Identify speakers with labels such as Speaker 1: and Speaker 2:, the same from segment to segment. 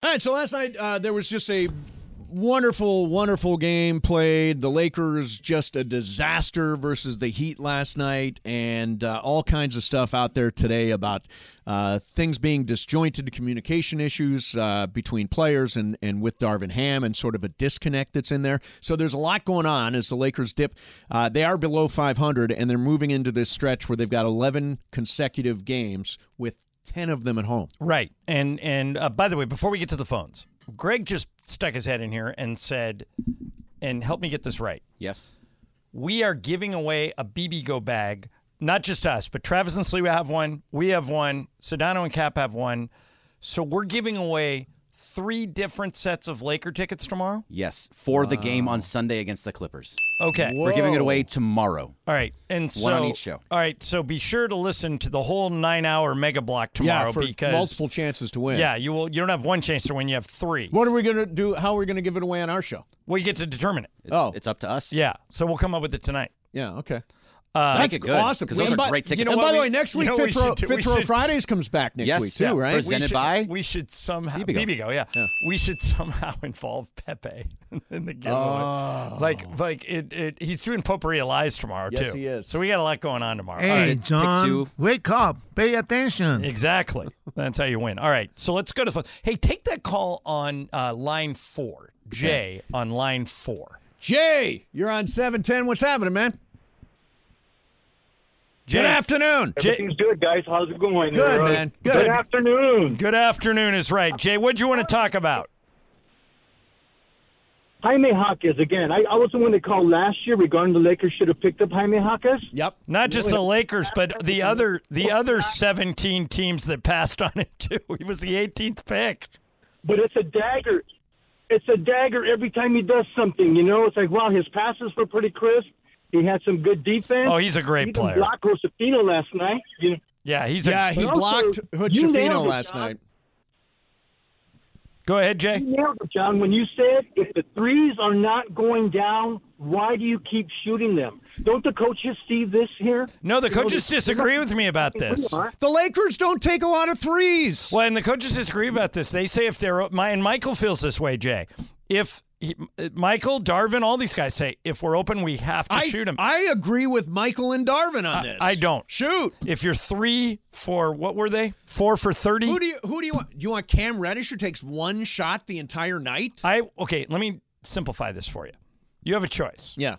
Speaker 1: All right, so last night uh, there was just a wonderful, wonderful game played. The Lakers just a disaster versus the Heat last night, and uh, all kinds of stuff out there today about uh, things being disjointed, communication issues uh, between players and and with Darvin Ham, and sort of a disconnect that's in there. So there's a lot going on as the Lakers dip. Uh, they are below 500, and they're moving into this stretch where they've got 11 consecutive games with 10 of them at home.
Speaker 2: Right. And and uh, by the way, before we get to the phones, Greg just stuck his head in here and said, and help me get this right.
Speaker 3: Yes.
Speaker 2: We are giving away a BB Go bag, not just us, but Travis and Slee have one. We have one. Sedano and Cap have one. So we're giving away three different sets of Laker tickets tomorrow.
Speaker 3: Yes. For the game on Sunday against the Clippers.
Speaker 2: Okay.
Speaker 3: We're giving it away tomorrow.
Speaker 2: All right, and so
Speaker 3: One on each show.
Speaker 2: All right, so be sure to listen to the whole nine-hour mega block tomorrow
Speaker 1: yeah, for
Speaker 2: because
Speaker 1: multiple chances to win.
Speaker 2: Yeah, you will. You don't have one chance to win. You have three.
Speaker 1: What are we gonna do? How are we gonna give it away on our show?
Speaker 2: We get to determine it.
Speaker 3: It's,
Speaker 1: Oh.
Speaker 3: It's up to us.
Speaker 2: Yeah, so we'll come up with it tonight.
Speaker 1: Yeah. Okay.
Speaker 2: Uh,
Speaker 3: Make it good, 'cause those
Speaker 1: And
Speaker 3: are
Speaker 1: by-
Speaker 3: great tickets.
Speaker 1: You know
Speaker 3: You
Speaker 1: and
Speaker 2: know
Speaker 1: by
Speaker 2: what
Speaker 1: the
Speaker 2: we-
Speaker 1: way, next
Speaker 2: you
Speaker 1: week
Speaker 2: know what we
Speaker 1: Fifth Row,
Speaker 2: should do?
Speaker 1: Fifth
Speaker 2: We
Speaker 1: Row
Speaker 2: should-
Speaker 1: Fridays comes back next
Speaker 3: Yes,
Speaker 1: week too,
Speaker 3: yeah,
Speaker 1: right?
Speaker 3: present-
Speaker 2: we
Speaker 3: Presented
Speaker 2: should,
Speaker 3: by?
Speaker 2: We should somehow
Speaker 3: Bibigo.
Speaker 2: Bibigo, yeah. We should somehow involve Pepe in the giveaway. Like, like it, it. He's doing Potpourri Lies tomorrow
Speaker 1: Yes,
Speaker 2: too.
Speaker 1: he is.
Speaker 2: So we got a lot going on tomorrow. All
Speaker 4: Hey,
Speaker 2: right.
Speaker 4: John,
Speaker 3: two.
Speaker 4: wake up. Pay attention.
Speaker 2: Exactly. That's how you win. All right. So let's go to the phone. Hey, take that call on uh, line four. Jay on line four.
Speaker 1: Jay, you're on seven ten. What's happening, man?
Speaker 2: Jay,
Speaker 1: Good afternoon.
Speaker 2: Jay,
Speaker 5: Everything's good, guys. How's it going?
Speaker 1: Good,
Speaker 5: there?
Speaker 1: man.
Speaker 5: Good.
Speaker 1: Good.
Speaker 5: afternoon.
Speaker 2: good afternoon is right. Jay, what'd you want to talk about?
Speaker 5: Jaime Hawkins again. I, I was the one that called last year regarding the Lakers should have picked up Jaime Hawkins.
Speaker 1: Yep.
Speaker 2: Not just the Lakers, but the other the other 17 teams that passed on him too. He was the 18th pick.
Speaker 5: But it's a dagger. It's a dagger every time he does something. You know, it's like wow, his passes were pretty crisp. He had some good defense.
Speaker 2: Oh, he's a great
Speaker 5: He
Speaker 2: player.
Speaker 5: Even blocked Rosafino last night. You know,
Speaker 2: Yeah, he's
Speaker 1: Yeah,
Speaker 2: a
Speaker 1: he
Speaker 5: But also,
Speaker 1: blocked
Speaker 5: you nailed
Speaker 1: Hutchefino
Speaker 5: it,
Speaker 1: last
Speaker 5: John.
Speaker 1: night.
Speaker 2: Go ahead, Jay.
Speaker 5: you nailed it, John, when you said if the threes are not going down, why do you keep shooting them? Don't the coaches see this here?
Speaker 2: No, the
Speaker 5: You know,
Speaker 2: coaches
Speaker 5: they-
Speaker 2: disagree with me about this.
Speaker 5: Huh?
Speaker 1: The Lakers don't take a lot of threes.
Speaker 2: Well, and the coaches disagree about this. They say if they're my and Michael feels this way, Jay. If he, Michael Darvin, all these guys say if we're open, we have to
Speaker 1: I
Speaker 2: shoot him.
Speaker 1: I agree with Michael and Darvin on this.
Speaker 2: I don't.
Speaker 1: Shoot.
Speaker 2: if you're three for what were they? Four for thirty.
Speaker 1: Who do you who do you want? Do you want Cam Reddish who takes one shot the entire night?
Speaker 2: I okay. Let me simplify this for you. You have a choice:
Speaker 1: Yeah.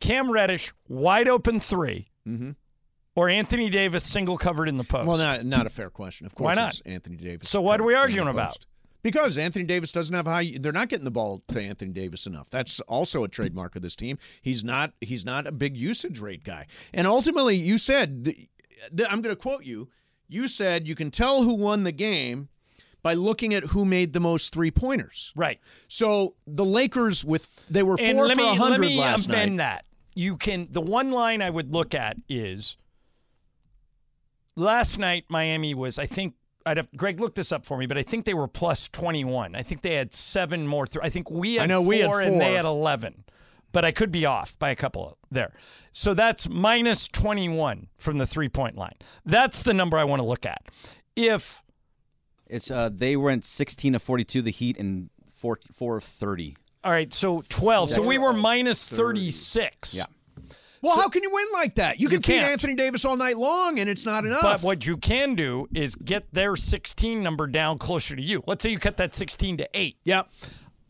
Speaker 2: Cam Reddish, wide open 3 or Anthony Davis, single covered in the post.
Speaker 1: Mm-hmm. Well, not not a fair question. Of course,
Speaker 2: Why not?
Speaker 1: it's Anthony Davis.
Speaker 2: So what are we
Speaker 1: in the
Speaker 2: arguing about?
Speaker 1: post. Because Anthony Davis doesn't have high. They're not getting the ball to Anthony Davis enough. That's also a trademark of this team. He's not. He's not a big usage rate guy. And ultimately, you said, th- th- I'm going to quote you. You said you can tell who won the game by looking at who made the most three pointers.
Speaker 2: right.
Speaker 1: So the Lakers with they were four
Speaker 2: and
Speaker 1: for
Speaker 2: let me let
Speaker 1: hundred
Speaker 2: me
Speaker 1: last
Speaker 2: amend
Speaker 1: night.
Speaker 2: that. You can the one line I would look at is last night Miami was I think I'd have Greg look this up for me, but I think they were plus twenty one. I think they had seven more. Th- I think we had
Speaker 1: I know
Speaker 2: four,
Speaker 1: we had
Speaker 2: and they
Speaker 1: four.
Speaker 2: had eleven, but I could be off by a couple of, there. So that's minus twenty one from the three point line. That's the number I want to look at. If
Speaker 3: It's uh they went 16 of 42 the Heat and 4 4 of 30.
Speaker 2: all right, so twelve. So we were minus thirty six.
Speaker 3: Yeah.
Speaker 1: Well, how can you win like that? You can feed
Speaker 2: can't.
Speaker 1: Anthony Davis all night long, and it's not enough.
Speaker 2: But what you can do is get their 16 number down closer to you. Let's say you cut that 16 to 8.
Speaker 1: Yep.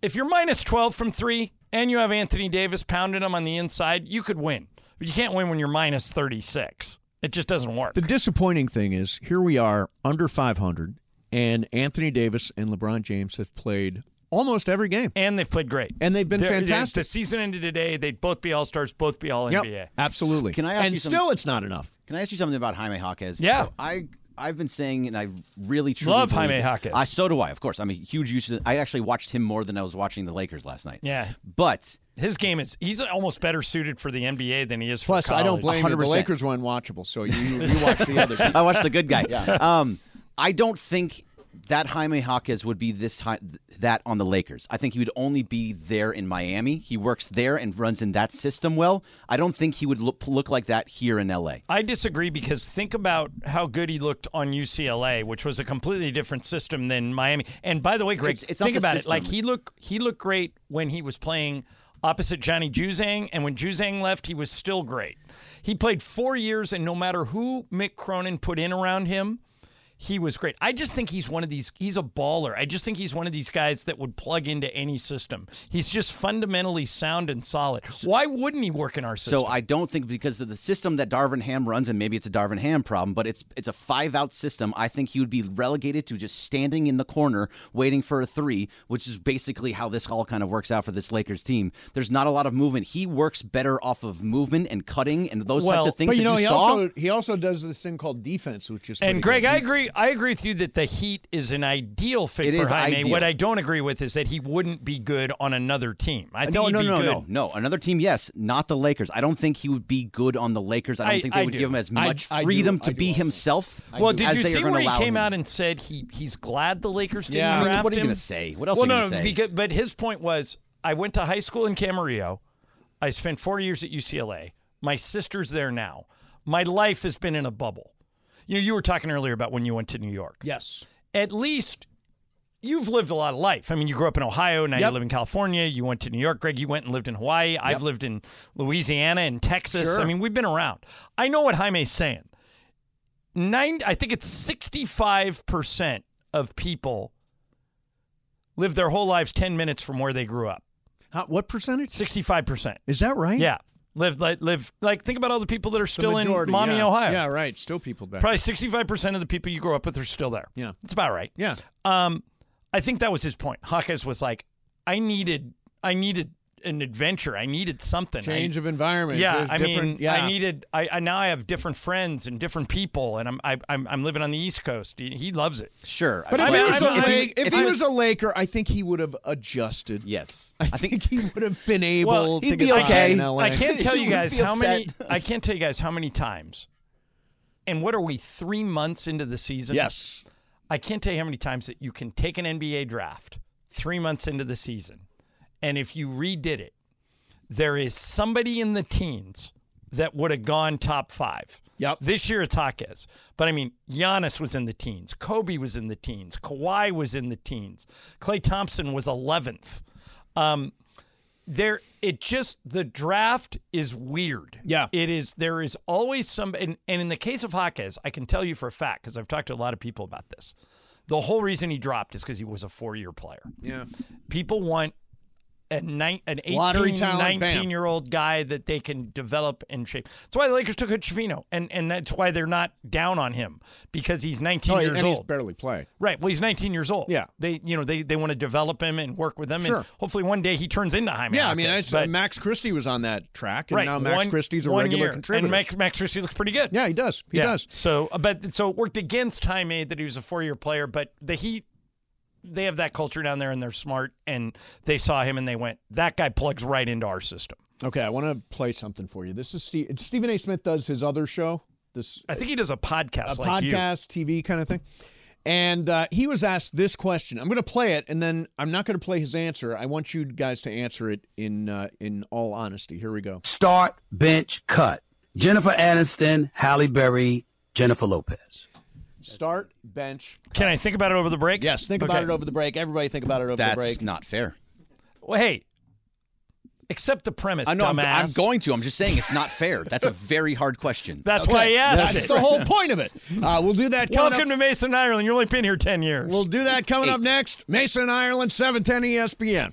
Speaker 2: If you're minus 12 from 3 and you have Anthony Davis pounding them on the inside, you could win. But you can't win when you're minus 36. It just doesn't work.
Speaker 1: The disappointing thing is here we are under 500, and Anthony Davis and LeBron James have played almost every game.
Speaker 2: and they've played great.
Speaker 1: And they've been
Speaker 2: They're- they're-
Speaker 1: fantastic.
Speaker 2: The season ended today. They'd both be All Stars, both be All NBA.
Speaker 1: Yep, absolutely.
Speaker 3: Can I ask
Speaker 1: and
Speaker 3: you some-
Speaker 1: still, it's not enough.
Speaker 3: Can I ask you something about Jaime Jaquez?
Speaker 2: Yeah.
Speaker 3: So I I've been saying, and I really truly
Speaker 2: Love
Speaker 3: believe
Speaker 2: Jaime
Speaker 3: it.
Speaker 2: Jaquez.
Speaker 3: I so do I. Of course, I'm a huge usage. I actually watched him more than I was watching the Lakers last night.
Speaker 2: Yeah.
Speaker 3: but
Speaker 2: His game is he's almost better suited for the NBA than he is for
Speaker 1: Plus, I don't
Speaker 2: college.
Speaker 1: blame you. The
Speaker 3: 100%.
Speaker 1: Lakers were unwatchable, so you, you watch the other.
Speaker 3: I watched the good guy. Um, I don't think that Jaime Jaquez would be this high, that on the Lakers. I think he would only be there in Miami. He works there and runs in that system well. I don't think he would look, look like that here in LA.
Speaker 2: I disagree because think about how good he looked on UCLA, which was a completely different system than Miami. And by the way, Greg,
Speaker 3: It's- it's not
Speaker 2: think
Speaker 3: the
Speaker 2: about it.
Speaker 3: system.
Speaker 2: Like he looked he looked great when he was playing opposite Johnny Juzang, and when Juzang left, he was still great. He played four years, and no matter who Mick Cronin put in around him, he was great. I just think he's one of these. He's a baller. I just think he's one of these guys that would plug into any system. He's just fundamentally sound and solid. Why wouldn't he work in our system?
Speaker 3: So I don't think because of the system that Darvin Ham runs, and maybe it's a Darvin Ham problem, but it's it's a five out system. I think he would be relegated to just standing in the corner waiting for a three, which is basically how this all kind of works out for this Lakers team. There's not a lot of movement. He works better off of movement and cutting and those
Speaker 2: Well,
Speaker 3: types of things.
Speaker 1: But you
Speaker 3: that
Speaker 1: know,
Speaker 3: you
Speaker 1: he
Speaker 3: saw.
Speaker 1: also he also does this thing called defense, which is
Speaker 2: And
Speaker 1: pretty
Speaker 2: Greg, I agree. I agree with you that the Heat is an ideal fit
Speaker 3: It
Speaker 2: for
Speaker 3: is
Speaker 2: Jaime.
Speaker 3: ideal.
Speaker 2: What I don't agree with is that he wouldn't be good on another team. I think
Speaker 3: No,
Speaker 2: he'd
Speaker 3: no,
Speaker 2: be
Speaker 3: no,
Speaker 2: good.
Speaker 3: no, no. Another team, yes, not the Lakers. I don't think he would be good on the Lakers. I don't
Speaker 2: I-
Speaker 3: think they
Speaker 2: I
Speaker 3: would
Speaker 2: do.
Speaker 3: give him as
Speaker 1: I-
Speaker 3: much
Speaker 1: I do-
Speaker 3: freedom
Speaker 1: I
Speaker 3: to
Speaker 1: do
Speaker 3: be
Speaker 1: also.
Speaker 3: himself.
Speaker 2: Well, did
Speaker 3: as
Speaker 2: you
Speaker 3: they
Speaker 2: see
Speaker 3: are gonna
Speaker 2: where he
Speaker 3: allow
Speaker 2: came
Speaker 3: him.
Speaker 2: out and said he he's glad the Lakers didn't
Speaker 1: Yeah. I mean,
Speaker 2: draft
Speaker 3: what are you
Speaker 2: him?
Speaker 3: gonna say? What else
Speaker 2: Well,
Speaker 3: are you
Speaker 2: no,
Speaker 3: gonna say?
Speaker 2: Because, but his point was, I went to high school in Camarillo. I spent four years at UCLA. My sister's there now. My life has been in a bubble. You know, you were talking earlier about when you went to New York.
Speaker 1: Yes.
Speaker 2: at least you've lived a lot of life. I mean, you grew up in Ohio, now you
Speaker 1: Yep.
Speaker 2: live in California, you went to New York, Greg, you went and lived in Hawaii. I've lived in Louisiana and Texas. I mean, we've been around. I know what Jaime's saying. Nine, I think it's 65% of people live their whole lives 10 minutes from where they grew up.
Speaker 1: How, what percentage
Speaker 2: 65%.
Speaker 1: is that? Right?
Speaker 2: Yeah. Live, like, live, like, think about all the people that are
Speaker 1: Hmm. The
Speaker 2: still
Speaker 1: majority,
Speaker 2: in Maumee,
Speaker 1: yeah.
Speaker 2: Ohio.
Speaker 1: Yeah, right. Still people back.
Speaker 2: Probably 65% of the people you grew up with are still there.
Speaker 1: Yeah.
Speaker 2: It's about right.
Speaker 1: Yeah.
Speaker 2: Um, I think that was his point. Hawkes was like, I needed, I needed an adventure. I needed something. I-
Speaker 1: Change of environment.
Speaker 2: yeah,
Speaker 1: There's
Speaker 2: I
Speaker 1: different-
Speaker 2: mean,
Speaker 1: yeah.
Speaker 2: I needed. I, I now I have different friends and different people, and I'm I, I'm I'm living on the East Coast. He, he loves it.
Speaker 3: Sure.
Speaker 1: But if
Speaker 2: I
Speaker 1: he
Speaker 2: mean,
Speaker 1: was
Speaker 2: I'm-
Speaker 1: a
Speaker 2: I'm-
Speaker 1: Lake- if
Speaker 3: if
Speaker 1: he
Speaker 3: I-
Speaker 1: was a Laker, I think he would have adjusted.
Speaker 3: yes,
Speaker 1: I think he would have been able
Speaker 2: Well,
Speaker 1: to get
Speaker 3: he'd be
Speaker 1: by
Speaker 3: okay.
Speaker 1: in LA.
Speaker 2: I can't tell
Speaker 3: He
Speaker 2: you
Speaker 3: would
Speaker 2: guys
Speaker 3: be
Speaker 2: how many.
Speaker 3: upset.
Speaker 2: I can't tell you guys how many times. And what are we three months into the season?
Speaker 1: Yes.
Speaker 2: I can't tell you how many times that you can take an NBA draft three months into the season, and if you redid it, there is somebody in the teens that would have gone top five.
Speaker 1: Yep.
Speaker 2: This year it's Hawkes. But I mean, Giannis was in the teens. Kobe was in the teens. Kawhi was in the teens. Clay Thompson was 11th. Um, there, it just, the draft is weird.
Speaker 1: Yeah.
Speaker 2: It is, there is always some, and, and in the case of Hawkes, I can tell you for a fact, because I've talked to a lot of people about this. The whole reason he dropped is because he was a four year player
Speaker 1: Yeah.
Speaker 2: people want a nine, an 18,
Speaker 1: Lottery talent, bam.
Speaker 2: 19 year old guy that they can develop and shape. That's why the Lakers took Hood Chavino, and, and that's why they're not down on him because he's 19
Speaker 1: Oh,
Speaker 2: years
Speaker 1: and he's
Speaker 2: old.
Speaker 1: barely played.
Speaker 2: Right. Well, he's 19 years old.
Speaker 1: Yeah.
Speaker 2: They, you know, they, they want to develop him and work with him,
Speaker 1: Sure.
Speaker 2: and hopefully one day he turns into Jaime.
Speaker 1: Yeah, I mean,
Speaker 2: Hawkins,
Speaker 1: that's-
Speaker 2: but-
Speaker 1: Max Christie was on that track, and
Speaker 2: right.
Speaker 1: now Max
Speaker 2: one-
Speaker 1: Christie's a
Speaker 2: one
Speaker 1: regular
Speaker 2: year.
Speaker 1: contributor.
Speaker 2: and Max, Max Christie looks pretty good.
Speaker 1: yeah, he does. He does.
Speaker 2: So, uh, but so it worked against Jaime that he was a four-year player, but the Heat, they have that culture down there, and they're smart, and they saw him and they went, that guy plugs right into our system.
Speaker 1: Okay, I want to play something for you. This is Steve, Stephen A. Smith does his other show, this
Speaker 2: I think he does a podcast,
Speaker 1: a
Speaker 2: like you.
Speaker 1: podcast, TV kind of thing. And uh, he was asked this question. I'm going to play it, and then I'm not going to play his answer. I want you guys to answer it in uh, in all honesty. Here we go.
Speaker 6: Start, bench, cut. Jennifer Aniston, Halle Berry, Jennifer Lopez.
Speaker 1: Start bench.
Speaker 2: Can I think about it over the break?
Speaker 1: Yes, think
Speaker 2: Okay.
Speaker 1: about it over the break. Everybody, think about it over
Speaker 3: that's
Speaker 1: the break.
Speaker 3: not fair.
Speaker 2: Well, hey, accept the premise,
Speaker 3: I know. I'm, I'm
Speaker 2: dumbass.
Speaker 3: going to. I'm just saying it's not fair. That's a very hard question.
Speaker 2: That's why I asked
Speaker 1: That's
Speaker 2: it.
Speaker 1: the whole point of it. Uh, we'll do that. Coming up.
Speaker 2: Welcome to Mason, Ireland. You've only been here 10 years.
Speaker 1: We'll do that coming up next. Mason Ireland, E 710 ESPN.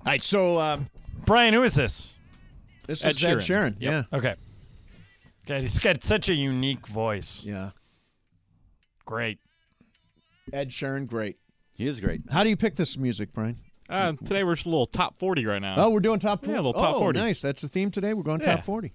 Speaker 1: All right, so um,
Speaker 2: Brian, who is this?
Speaker 1: this
Speaker 2: Ed
Speaker 1: is Ed Sheeran.
Speaker 2: Sheeran.
Speaker 1: Yeah,
Speaker 2: Okay. God, he's got such a unique voice.
Speaker 1: yeah.
Speaker 2: Great.
Speaker 1: Ed Sheeran, great.
Speaker 3: He is great.
Speaker 1: How do you pick this music, Brian?
Speaker 7: Uh, today we're just a little top 40 right now.
Speaker 1: Mm-hmm. Oh, we're doing top.
Speaker 7: Uh-huh. Yeah, a little
Speaker 1: oh,
Speaker 7: top 40.
Speaker 1: Nice. That's the theme today. We're going
Speaker 7: Yeah.
Speaker 1: top forty.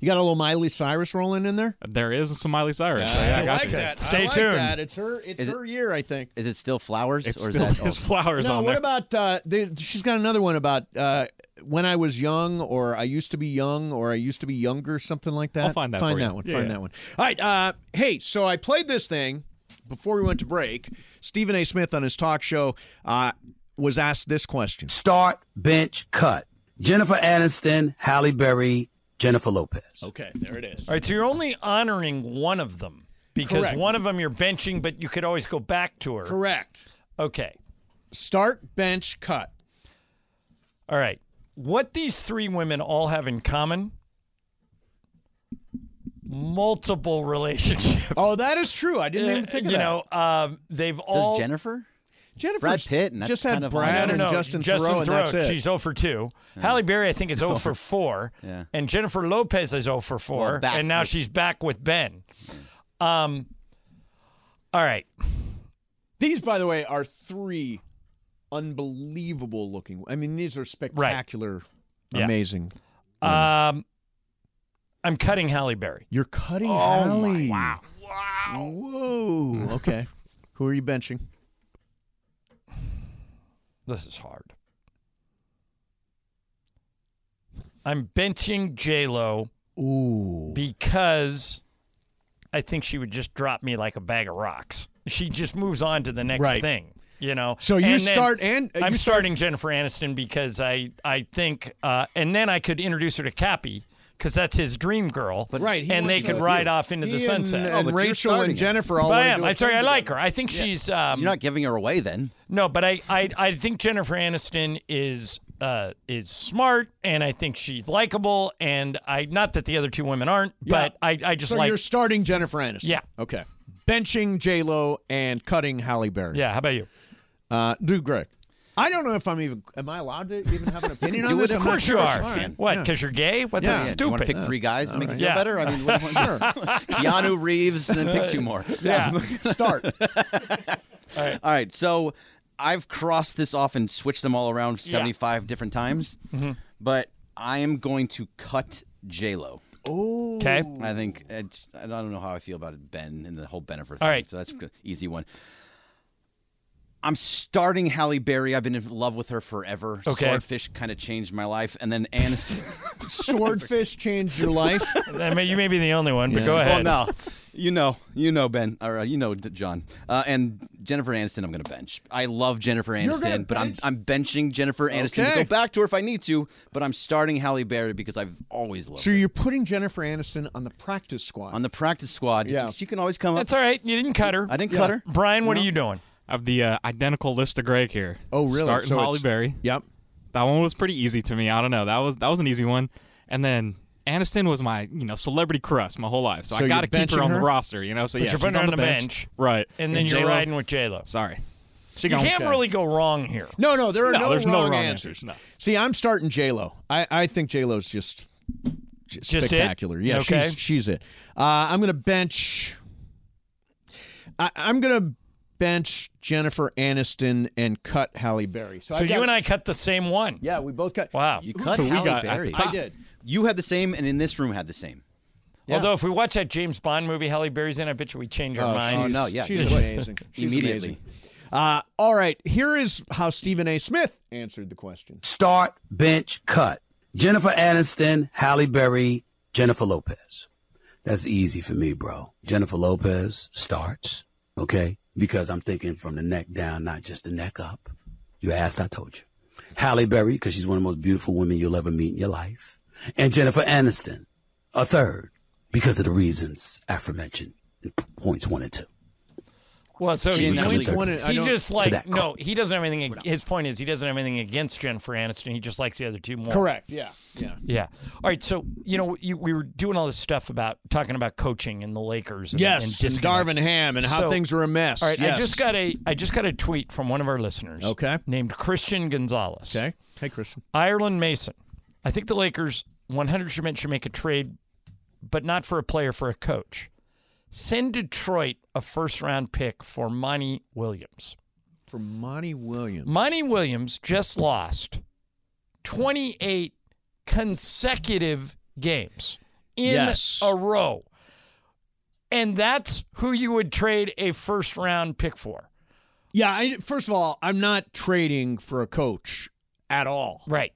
Speaker 1: You got a little Miley Cyrus rolling in there.
Speaker 7: There is some Miley Cyrus.
Speaker 1: I
Speaker 7: got
Speaker 1: like
Speaker 7: you.
Speaker 1: that.
Speaker 2: Stay
Speaker 1: I like
Speaker 2: tuned.
Speaker 1: That. It's her. It's
Speaker 3: Is it-
Speaker 1: her year, I think.
Speaker 3: Is it still flowers?
Speaker 7: It's
Speaker 3: or
Speaker 7: still
Speaker 3: is that
Speaker 7: his flowers
Speaker 1: No,
Speaker 7: on
Speaker 1: what
Speaker 7: there.
Speaker 1: about uh, they, she's got another one about uh, when I was young, or I used to be young, or I used to be younger, something like that.
Speaker 7: I'll find that
Speaker 1: Find
Speaker 7: for
Speaker 1: that
Speaker 7: you.
Speaker 1: one.
Speaker 7: Yeah,
Speaker 1: find
Speaker 7: yeah.
Speaker 1: that one. All right. Uh, hey, so I played this thing before we went to break. Stephen A. Smith on his talk show uh, was asked this question.
Speaker 6: Start, bench, cut. Jennifer Aniston, Halle Berry, Jennifer Lopez.
Speaker 1: Okay, there it is.
Speaker 2: All right, so you're only honoring one of them because
Speaker 1: Correct.
Speaker 2: one of them you're benching, but you could always go back to her.
Speaker 1: Correct.
Speaker 2: Okay.
Speaker 1: Start, bench, cut.
Speaker 2: All right. What these three women all have in common? Multiple relationships.
Speaker 1: Oh, that is true. I didn't even think of
Speaker 2: Uh, you
Speaker 1: that.
Speaker 2: know, um, they've
Speaker 3: Does
Speaker 2: all
Speaker 3: Jennifer?
Speaker 1: Jennifer
Speaker 3: Brad Pitt, and that's
Speaker 1: just had
Speaker 3: kind of all I
Speaker 1: Brad
Speaker 3: know.
Speaker 1: and
Speaker 2: No,
Speaker 1: Justin, Thoreau, and that's it.
Speaker 2: She's 0 for 2. Halle Berry, I think, is 0 for 4.
Speaker 3: Yeah.
Speaker 2: And Jennifer Lopez is 0 for 4.
Speaker 3: Well, back
Speaker 2: and now
Speaker 3: with-
Speaker 2: she's back with Ben. Um, all right.
Speaker 1: These, by the way, are three unbelievable looking. I mean, these are spectacular,
Speaker 2: Yeah.
Speaker 1: amazing.
Speaker 2: Um, I'm cutting Halle Berry.
Speaker 1: You're cutting oh Allie. wow. Wow. Whoa. Okay. Who are you benching?
Speaker 2: This is hard. I'm benching J Lo
Speaker 1: Ooh.
Speaker 2: because I think she would just drop me like a bag of rocks. She just moves on to the next
Speaker 1: Right.
Speaker 2: thing. You know,
Speaker 1: So you
Speaker 2: And then
Speaker 1: start and uh,
Speaker 2: I'm
Speaker 1: you start,
Speaker 2: starting Jennifer Aniston because I I think, uh, and then I could introduce her to Cappy because that's his dream girl. But
Speaker 1: right, he
Speaker 2: and
Speaker 1: wants
Speaker 2: they
Speaker 1: to
Speaker 2: could
Speaker 1: go-
Speaker 2: ride off into the
Speaker 1: he
Speaker 2: sunset.
Speaker 1: And,
Speaker 2: Oh,
Speaker 1: and
Speaker 3: but you're
Speaker 1: Rachel
Speaker 3: starting
Speaker 1: and
Speaker 3: it.
Speaker 1: Jennifer all.
Speaker 2: But Oh, I
Speaker 1: wanna
Speaker 2: am.
Speaker 1: do a
Speaker 2: I'm sorry.
Speaker 1: thing
Speaker 2: I
Speaker 1: together.
Speaker 2: like her. I think she's um,
Speaker 3: You're not giving her away then.
Speaker 2: no, but I, I I think Jennifer Aniston is uh is smart and I think she's likable and I not that the other two women aren't, but I I just
Speaker 1: So
Speaker 2: like
Speaker 1: you're starting Jennifer Aniston.
Speaker 2: Yeah.
Speaker 1: Okay. Benching J Lo and cutting Halle Berry.
Speaker 2: yeah. How about you?
Speaker 1: Uh, do Greg. I don't know if I'm even. Am I allowed to even have an opinion on
Speaker 3: Do it
Speaker 1: this?
Speaker 3: if
Speaker 1: I'm
Speaker 2: Of
Speaker 1: not
Speaker 2: course you
Speaker 1: sure.
Speaker 2: are.
Speaker 1: All right.
Speaker 2: What?
Speaker 1: Yeah.
Speaker 2: Because you're gay? What's
Speaker 1: Yeah.
Speaker 2: that
Speaker 3: Do you want
Speaker 2: stupid?
Speaker 3: to pick three guys to make you feel
Speaker 2: Yeah.
Speaker 3: better? I mean, what do you want? Keanu Reeves and then pick two more.
Speaker 2: yeah.
Speaker 1: Start.
Speaker 3: All right, so I've crossed this off and switched them all around 75 different times, but I am going to cut J Lo.
Speaker 2: okay.
Speaker 3: I think I j- I don't know how I feel about it, Ben and the whole Benifer thing.
Speaker 2: right.
Speaker 3: so that's an easy one. I'm starting Halle Berry. I've been in love with her forever.
Speaker 2: Okay.
Speaker 3: Swordfish kind of changed my life, and then Aniston.
Speaker 1: Swordfish changed your life.
Speaker 2: I mean, you may be the only one, but go
Speaker 3: well,
Speaker 2: ahead.
Speaker 3: no, you know, you know Ben, or uh, you know D- John, uh, and Jennifer Aniston. I'm going to bench. I love Jennifer
Speaker 1: gonna
Speaker 3: Aniston, but I'm
Speaker 1: bench?
Speaker 3: I'm benching Jennifer Aniston
Speaker 1: Okay.
Speaker 3: to go back to her if I need to. But I'm starting Halle Berry because I've always loved
Speaker 1: So
Speaker 3: her.
Speaker 1: you're putting Jennifer Aniston on the practice squad.
Speaker 3: on the practice squad.
Speaker 1: Yeah.
Speaker 3: she can always come up.
Speaker 2: That's all right. You didn't cut her.
Speaker 3: I didn't cut her.
Speaker 2: Brian, what are you doing?
Speaker 7: I have the uh, identical list of Greg here.
Speaker 1: oh, really?
Speaker 7: Starting
Speaker 1: So
Speaker 7: Holly
Speaker 1: it's-
Speaker 7: Berry.
Speaker 1: Yep.
Speaker 7: That one was pretty easy to me. I don't know. That was that was an easy one. And then Aniston was my you know celebrity crush my whole life, so,
Speaker 1: So
Speaker 7: I
Speaker 1: you're
Speaker 7: got to keep her
Speaker 1: benching
Speaker 7: on
Speaker 1: her?
Speaker 7: the roster. You know, so
Speaker 2: But
Speaker 7: yeah,
Speaker 2: you're putting
Speaker 7: she's
Speaker 2: her
Speaker 7: on
Speaker 2: on the
Speaker 7: the bench,
Speaker 2: bench.
Speaker 7: right?
Speaker 2: And then you're
Speaker 7: J-Lo-
Speaker 2: riding with J Lo.
Speaker 7: Sorry, she
Speaker 2: You
Speaker 7: gone.
Speaker 2: can't really go wrong here.
Speaker 1: No, no, there are
Speaker 7: No,
Speaker 1: no,
Speaker 7: there's
Speaker 1: wrong
Speaker 7: no wrong
Speaker 1: answers.
Speaker 7: answers, no.
Speaker 1: See, I'm starting J Lo. I, I think J Lo's just, just,
Speaker 2: Just it?
Speaker 1: spectacular. Yeah,
Speaker 2: Okay.
Speaker 1: she's she's it. Uh, I'm gonna bench. I, I'm gonna bench Jennifer Aniston and cut Halle Berry. So,
Speaker 2: So
Speaker 1: I've got-
Speaker 2: you and I cut the same one.
Speaker 1: yeah, we both cut.
Speaker 2: Wow.
Speaker 3: You cut
Speaker 7: we
Speaker 3: Halle
Speaker 7: got at
Speaker 3: Berry.
Speaker 7: the top?
Speaker 1: I did.
Speaker 3: You had the same, and in this room had the same.
Speaker 2: Although if we watch that James Bond movie Halle Berry's in, I bet you we change our
Speaker 3: Oh,
Speaker 2: minds.
Speaker 3: no, yeah.
Speaker 1: she's amazing. She's
Speaker 3: Immediately.
Speaker 1: amazing. Uh, all right, here is how Stephen A. Smith answered the question.
Speaker 6: Start, bench, cut. Jennifer Aniston, Halle Berry, Jennifer Lopez. That's easy for me, bro. Jennifer Lopez starts, okay? Because I'm thinking from the neck down, not just the neck up. You asked, I told you. Halle Berry, because she's one of the most beautiful women you'll ever meet in your life. And Jennifer Aniston, a third, because of the reasons aforementioned in p- points one and two.
Speaker 2: Well, so
Speaker 6: She
Speaker 2: he,
Speaker 6: becomes
Speaker 2: he,
Speaker 6: a third piece.
Speaker 2: he just
Speaker 6: To
Speaker 2: like
Speaker 6: that
Speaker 2: no, he doesn't have anything. His point is he doesn't have anything against Jennifer Aniston. He just likes the other two more.
Speaker 1: Correct. Yeah. Yeah.
Speaker 2: Yeah. All right. So you know you, we were doing all this stuff about talking about coaching and the Lakers. And,
Speaker 1: Yes,
Speaker 2: and,
Speaker 1: and
Speaker 2: disconnect.
Speaker 1: Darvin Ham and how things are a mess.
Speaker 2: All right.
Speaker 1: Yes.
Speaker 2: I just got a I just got a tweet from one of our listeners.
Speaker 1: Okay.
Speaker 2: Named Christian Gonzalez.
Speaker 1: Okay. Hey, Christian.
Speaker 2: Ireland Mason. I think the Lakers 100 should make- should make a trade, but not for a player, for a coach. Send Detroit a first round pick for Monty Williams.
Speaker 1: For Monty Williams.
Speaker 2: Monty Williams just lost 28 consecutive games in
Speaker 1: Yes.
Speaker 2: a row. And that's who you would trade a first round pick for.
Speaker 1: Yeah, I, first of all, I'm not trading for a coach at all.
Speaker 2: Right.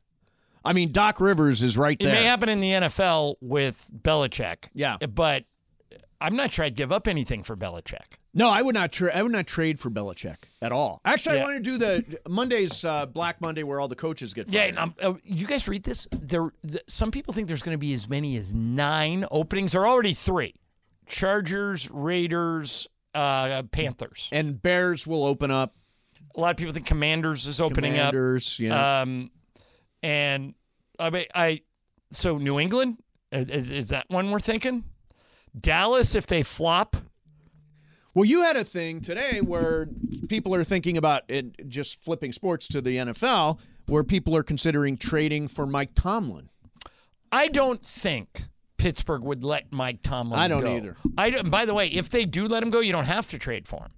Speaker 1: I mean, Doc Rivers is right
Speaker 2: It
Speaker 1: there.
Speaker 2: may happen in the NFL with Belichick. Yeah. But I'm not sure I'd give up anything for Belichick.
Speaker 1: no, I would not. Tra- I would not trade for Belichick at all. Actually, I want to do the Monday's uh, Black Monday where all the coaches get.
Speaker 2: Yeah, and um, uh, you guys read this? There, th- some people think there's going to be as many as nine openings. There are already three: Chargers, Raiders, uh, Panthers,
Speaker 1: and Bears will open up.
Speaker 2: A lot of people think Commanders is opening
Speaker 1: Commanders,
Speaker 2: up.
Speaker 1: yeah.
Speaker 2: Um, and I mean, I so New England is, is that one we're thinking? Dallas, if they flop,
Speaker 1: Well, you had a thing today where people are thinking about it, just flipping sports to the NFL, where people are considering trading for Mike Tomlin.
Speaker 2: I don't think Pittsburgh would let Mike Tomlin.
Speaker 1: I don't
Speaker 2: go.
Speaker 1: either.
Speaker 2: I don't, by the way, if they do let him go, you don't have to trade for him.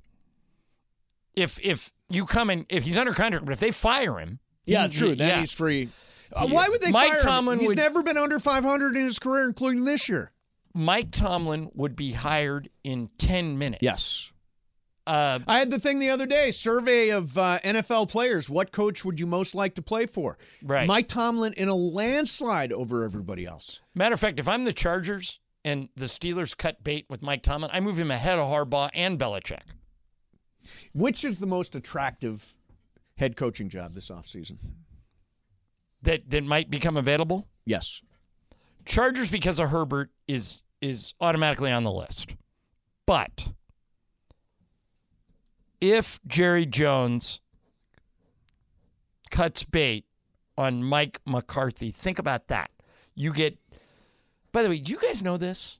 Speaker 2: If if you come in, if he's under contract, but if they fire him,
Speaker 1: Yeah,
Speaker 2: he-
Speaker 1: true. Then
Speaker 2: Mm-hmm. yeah.
Speaker 1: he's free. Uh, why would they
Speaker 2: Mike
Speaker 1: fire him?
Speaker 2: Tomlin
Speaker 1: He's
Speaker 2: would-
Speaker 1: never been under 500 in his career, including this year.
Speaker 2: Mike Tomlin would be hired in ten minutes.
Speaker 1: Yes.
Speaker 2: Uh,
Speaker 1: I had the thing the other day survey of uh, NFL players. What coach would you most like to play for?
Speaker 2: Right.
Speaker 1: Mike Tomlin in a landslide over everybody else.
Speaker 2: Matter of fact, if I'm the Chargers and the Steelers cut bait with Mike Tomlin, I move him ahead of Harbaugh and Belichick.
Speaker 1: Which is the most attractive head coaching job this offseason?
Speaker 2: That that might become available.
Speaker 1: Yes.
Speaker 2: Chargers because of Herbert is is automatically on the list. But if Jerry Jones cuts bait on Mike McCarthy, think about that. You get By the way, do you guys know this?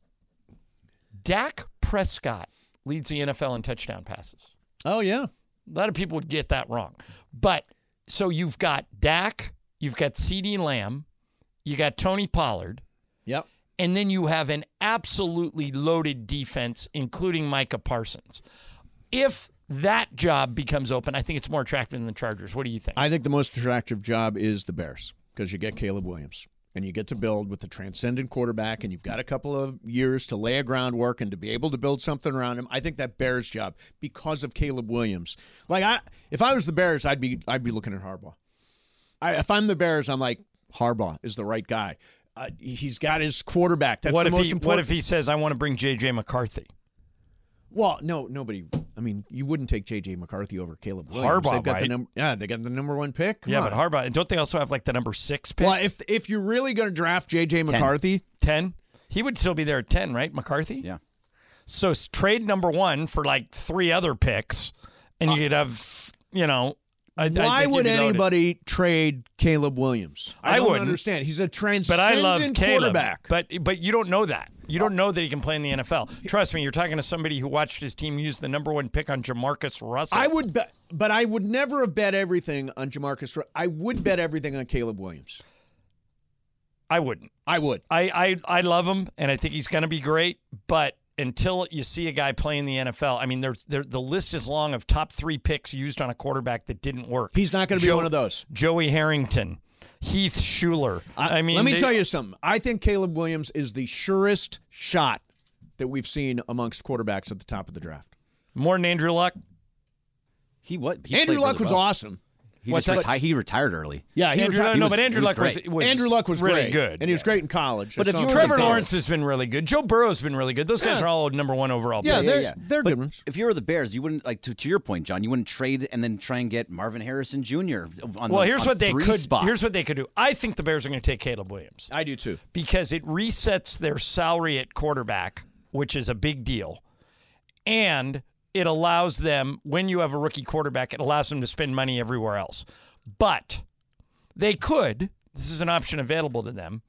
Speaker 2: Dak Prescott leads the NFL in touchdown passes.
Speaker 1: Oh yeah.
Speaker 2: A lot of people would get that wrong. But so you've got Dak, you've got CD Lamb, you got Tony Pollard.
Speaker 1: Yep.
Speaker 2: And then you have an absolutely loaded defense, including Micah Parsons. If that job becomes open, I think it's more attractive than the Chargers. What do you think?
Speaker 1: I think the most attractive job is the Bears because you get Caleb Williams and you get to build with the transcendent quarterback and you've got a couple of years to lay a groundwork and to be able to build something around him. I think that Bears job because of Caleb Williams. Like I if I was the Bears, I'd be I'd be looking at Harbaugh. I, if I'm the Bears, I'm like Harbaugh is the right guy. Uh, he's got his quarterback. That's
Speaker 2: what
Speaker 1: the
Speaker 2: if
Speaker 1: most
Speaker 2: he,
Speaker 1: important.
Speaker 2: What if he says, "I want to bring J.J. McCarthy"?
Speaker 1: Well, no, nobody. I mean, you wouldn't take J.J. McCarthy over Caleb Williams.
Speaker 2: Harbaugh
Speaker 1: They've got the
Speaker 2: might.
Speaker 1: number. Yeah, they got the number one pick. Come
Speaker 2: yeah,
Speaker 1: on.
Speaker 2: but Harbaugh. Don't they also have like the number six pick?
Speaker 1: Well, if if you're really going to draft J.J. McCarthy,
Speaker 2: ten, he would still be there at ten, right? McCarthy.
Speaker 3: Yeah.
Speaker 2: So s- trade number one for like three other picks, and you could have, you know, I, I
Speaker 1: Uh, why
Speaker 2: think you'd
Speaker 1: would
Speaker 2: be loaded.
Speaker 1: anybody trade Caleb Williams? I,
Speaker 2: I
Speaker 1: don't
Speaker 2: wouldn't.
Speaker 1: understand. He's a
Speaker 2: But
Speaker 1: transcendent
Speaker 2: I love Caleb.
Speaker 1: quarterback. Oh.
Speaker 2: But but you don't know that. You don't know that he can play in the NFL. Trust me, you're talking to somebody who watched his team use the number one pick on Jamarcus Russell.
Speaker 1: I would bet, but I would never have bet everything on Jamarcus. Ru- I would bet everything on Caleb Williams.
Speaker 2: I wouldn't.
Speaker 1: I would.
Speaker 2: I I, I love him, and I think he's going to be great. But until you see a guy play in the NFL, I mean, there's there, the list is long of top three picks used on a quarterback that didn't work.
Speaker 1: He's not going to be
Speaker 2: Joe-
Speaker 1: one of those.
Speaker 2: Joey Harrington, Heath Schuler. I, mean,
Speaker 1: let me
Speaker 2: they-
Speaker 1: tell you something. I think Caleb Williams is the surest shot that we've seen amongst quarterbacks at the top of the draft.
Speaker 2: more than Andrew Luck.
Speaker 3: He what?
Speaker 1: Andrew Luck was awesome.
Speaker 3: He
Speaker 2: What's that?
Speaker 3: just reti- he retired early.
Speaker 1: Yeah, he
Speaker 2: Andrew,
Speaker 1: retired-
Speaker 2: no,
Speaker 1: he
Speaker 2: but
Speaker 1: was- he
Speaker 2: Andrew
Speaker 1: was
Speaker 2: Luck was,
Speaker 1: great.
Speaker 2: was
Speaker 1: Andrew Luck was
Speaker 2: really
Speaker 1: great,
Speaker 2: good,
Speaker 1: and he was great in college.
Speaker 2: But
Speaker 1: It's
Speaker 2: if you
Speaker 1: not
Speaker 2: Trevor
Speaker 1: like-
Speaker 2: Lawrence has been really good. Joe Burrow's been really good. Those guys
Speaker 3: Yeah.
Speaker 2: are all number one overall. picks.
Speaker 1: they're
Speaker 3: but If you were the Bears, you wouldn't like to, to your point, John. You wouldn't trade and then try and get Marvin Harrison Jr. On
Speaker 2: well,
Speaker 3: the,
Speaker 2: here's
Speaker 3: on
Speaker 2: what they
Speaker 3: three
Speaker 2: could.
Speaker 3: Spot.
Speaker 2: Here's what they could do. I think the Bears are going to take Caleb Williams.
Speaker 1: I do too
Speaker 2: because it resets their salary at quarterback, which is a big deal, and it allows them when you have a rookie quarterback, it allows them to spend money everywhere else. But they could. This is an option available to them.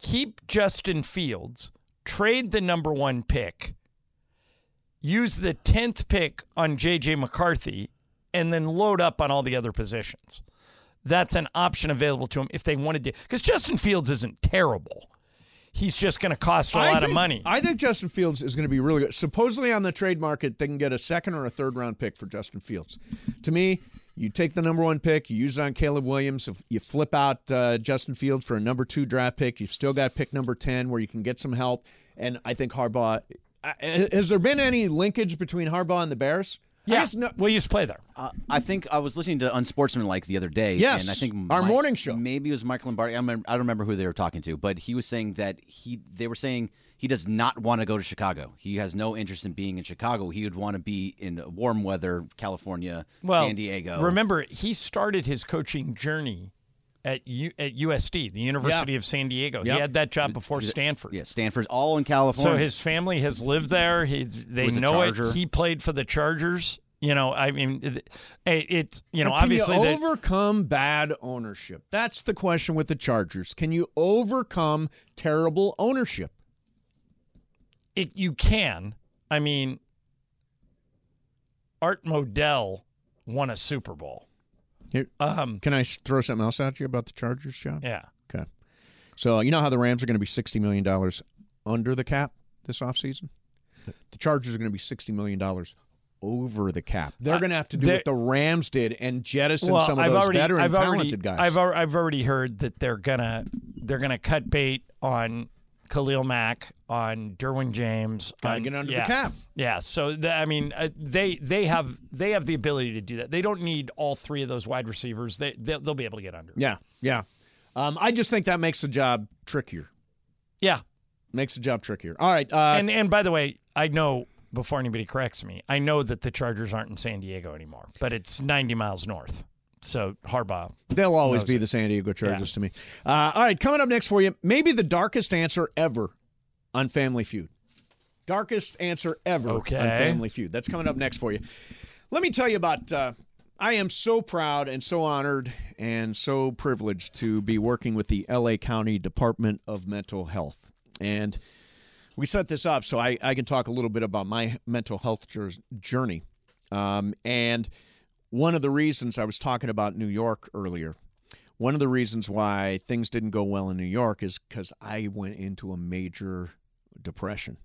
Speaker 2: Keep Justin Fields, trade the number one pick, use the 10th pick on JJ McCarthy and then load up on all the other positions. That's an option available to him if they wanted to. Because Justin Fields isn't terrible. He's just going to cost a
Speaker 1: I
Speaker 2: lot
Speaker 1: think-
Speaker 2: of money.
Speaker 1: I think Justin Fields is going to be really good. Supposedly on the trade market, they can get a second or a third round pick for Justin Fields. To me, you take the number one pick, you use it on Caleb Williams, if you flip out uh, Justin Fields for a number two draft pick. You've still got pick number 10 where you can get some help. And I think Harbaugh. I- I- Has there been any linkage between Harbaugh and the Bears? Yeah.
Speaker 2: Well, you used to play there.
Speaker 3: Uh, I think I was listening to Unsportsmanlike the other day.
Speaker 1: Yes,
Speaker 3: and I think
Speaker 1: our
Speaker 3: morning show. Maybe it was Mike Lombardi. I'm, I don't remember who they were talking to, but he was saying that he they were saying he does not want to go to Chicago. He has no interest in being in Chicago. He would want to be in warm weather, California,
Speaker 2: Well,
Speaker 3: San Diego.
Speaker 2: Remember, he started his coaching journey at U- at USD, the University of San Diego.
Speaker 3: Yep.
Speaker 2: He had that job before Stanford.
Speaker 3: yeah, Stanford's all in California.
Speaker 2: So his family has lived there. He they
Speaker 3: Was a
Speaker 2: know it.
Speaker 3: Charger.
Speaker 2: He played for the Chargers. You know, I mean, it- it's you know
Speaker 1: Now,
Speaker 2: obviously
Speaker 1: can you
Speaker 2: the-
Speaker 1: overcome bad ownership. That's the question with the Chargers. Can you overcome terrible ownership?
Speaker 2: it you can. I mean, Art Modell won a Super Bowl. Um,
Speaker 1: Here, can I s- throw something else out you about the Chargers, John?
Speaker 2: Yeah.
Speaker 1: Okay. So you know how the Rams are going to be sixty million dollars under the cap this offseason? The Chargers are going to be sixty million dollars over the cap. They're
Speaker 2: I-
Speaker 1: going to have to do
Speaker 2: they-
Speaker 1: what the Rams did and jettison some of
Speaker 2: I've
Speaker 1: those
Speaker 2: already,
Speaker 1: veteran
Speaker 2: I've already-
Speaker 1: talented guys.
Speaker 2: I've al- I've already heard that they're gonna they're gonna cut bait on Khalil Mack, on Derwin James.
Speaker 1: Gotta
Speaker 2: on-
Speaker 1: get under the
Speaker 2: um, yeah.
Speaker 1: cap.
Speaker 2: Yeah. So the, I mean, uh, they they have they have the ability to do that. They don't need all three of those wide receivers. They they'll, they'll be able to get under.
Speaker 1: yeah, yeah. Um, I just think that makes the job trickier.
Speaker 2: Yeah.
Speaker 1: Makes the job trickier. All right. Uh,
Speaker 2: and and by the way, I know before anybody corrects me, I know that the Chargers aren't in San Diego anymore, but it's 90 miles north. So Harbaugh.
Speaker 1: They'll always
Speaker 2: knows
Speaker 1: be
Speaker 2: it.
Speaker 1: the San Diego Chargers to me. Uh, all right, coming up next for you, maybe the darkest answer ever on Family Feud. Darkest answer ever on
Speaker 2: Okay.
Speaker 1: Family Feud. That's coming up next for you. Let me tell you about. Uh, I am so proud and so honored and so privileged to be working with the LA County Department of Mental Health. And we set this up so I, I can talk a little bit about my mental health jour- journey. Um, and one of the reasons I was talking about New York earlier, one of the reasons why things didn't go well in New York is because I went into a major depression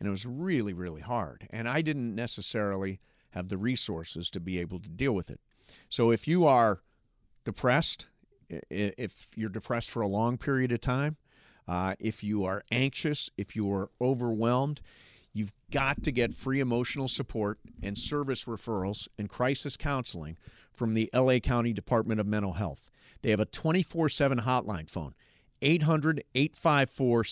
Speaker 1: and it was really, really hard. And I didn't necessarily have the resources to be able to deal with it. So if you are depressed, i- i- if you're depressed for a long period of time, uh, if you are anxious, if you are overwhelmed, you've got to get free emotional support and service referrals and crisis counseling from the LA County Department of Mental Health. They have a 24 7 hotline phone, 800 854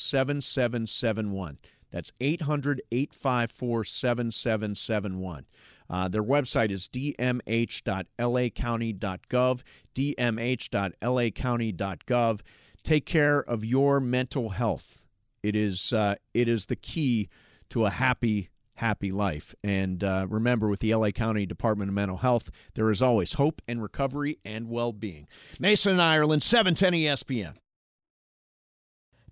Speaker 1: 7771. That's 800 854 7771. Uh, their website is dmh.lacounty.gov, dmh.lacounty.gov. Take care of your mental health. It is uh, it is the key to a happy happy life. And uh, remember, with the LA County Department of Mental Health, there is always hope and recovery and well being. Mason, Ireland, seven ten E ESPN.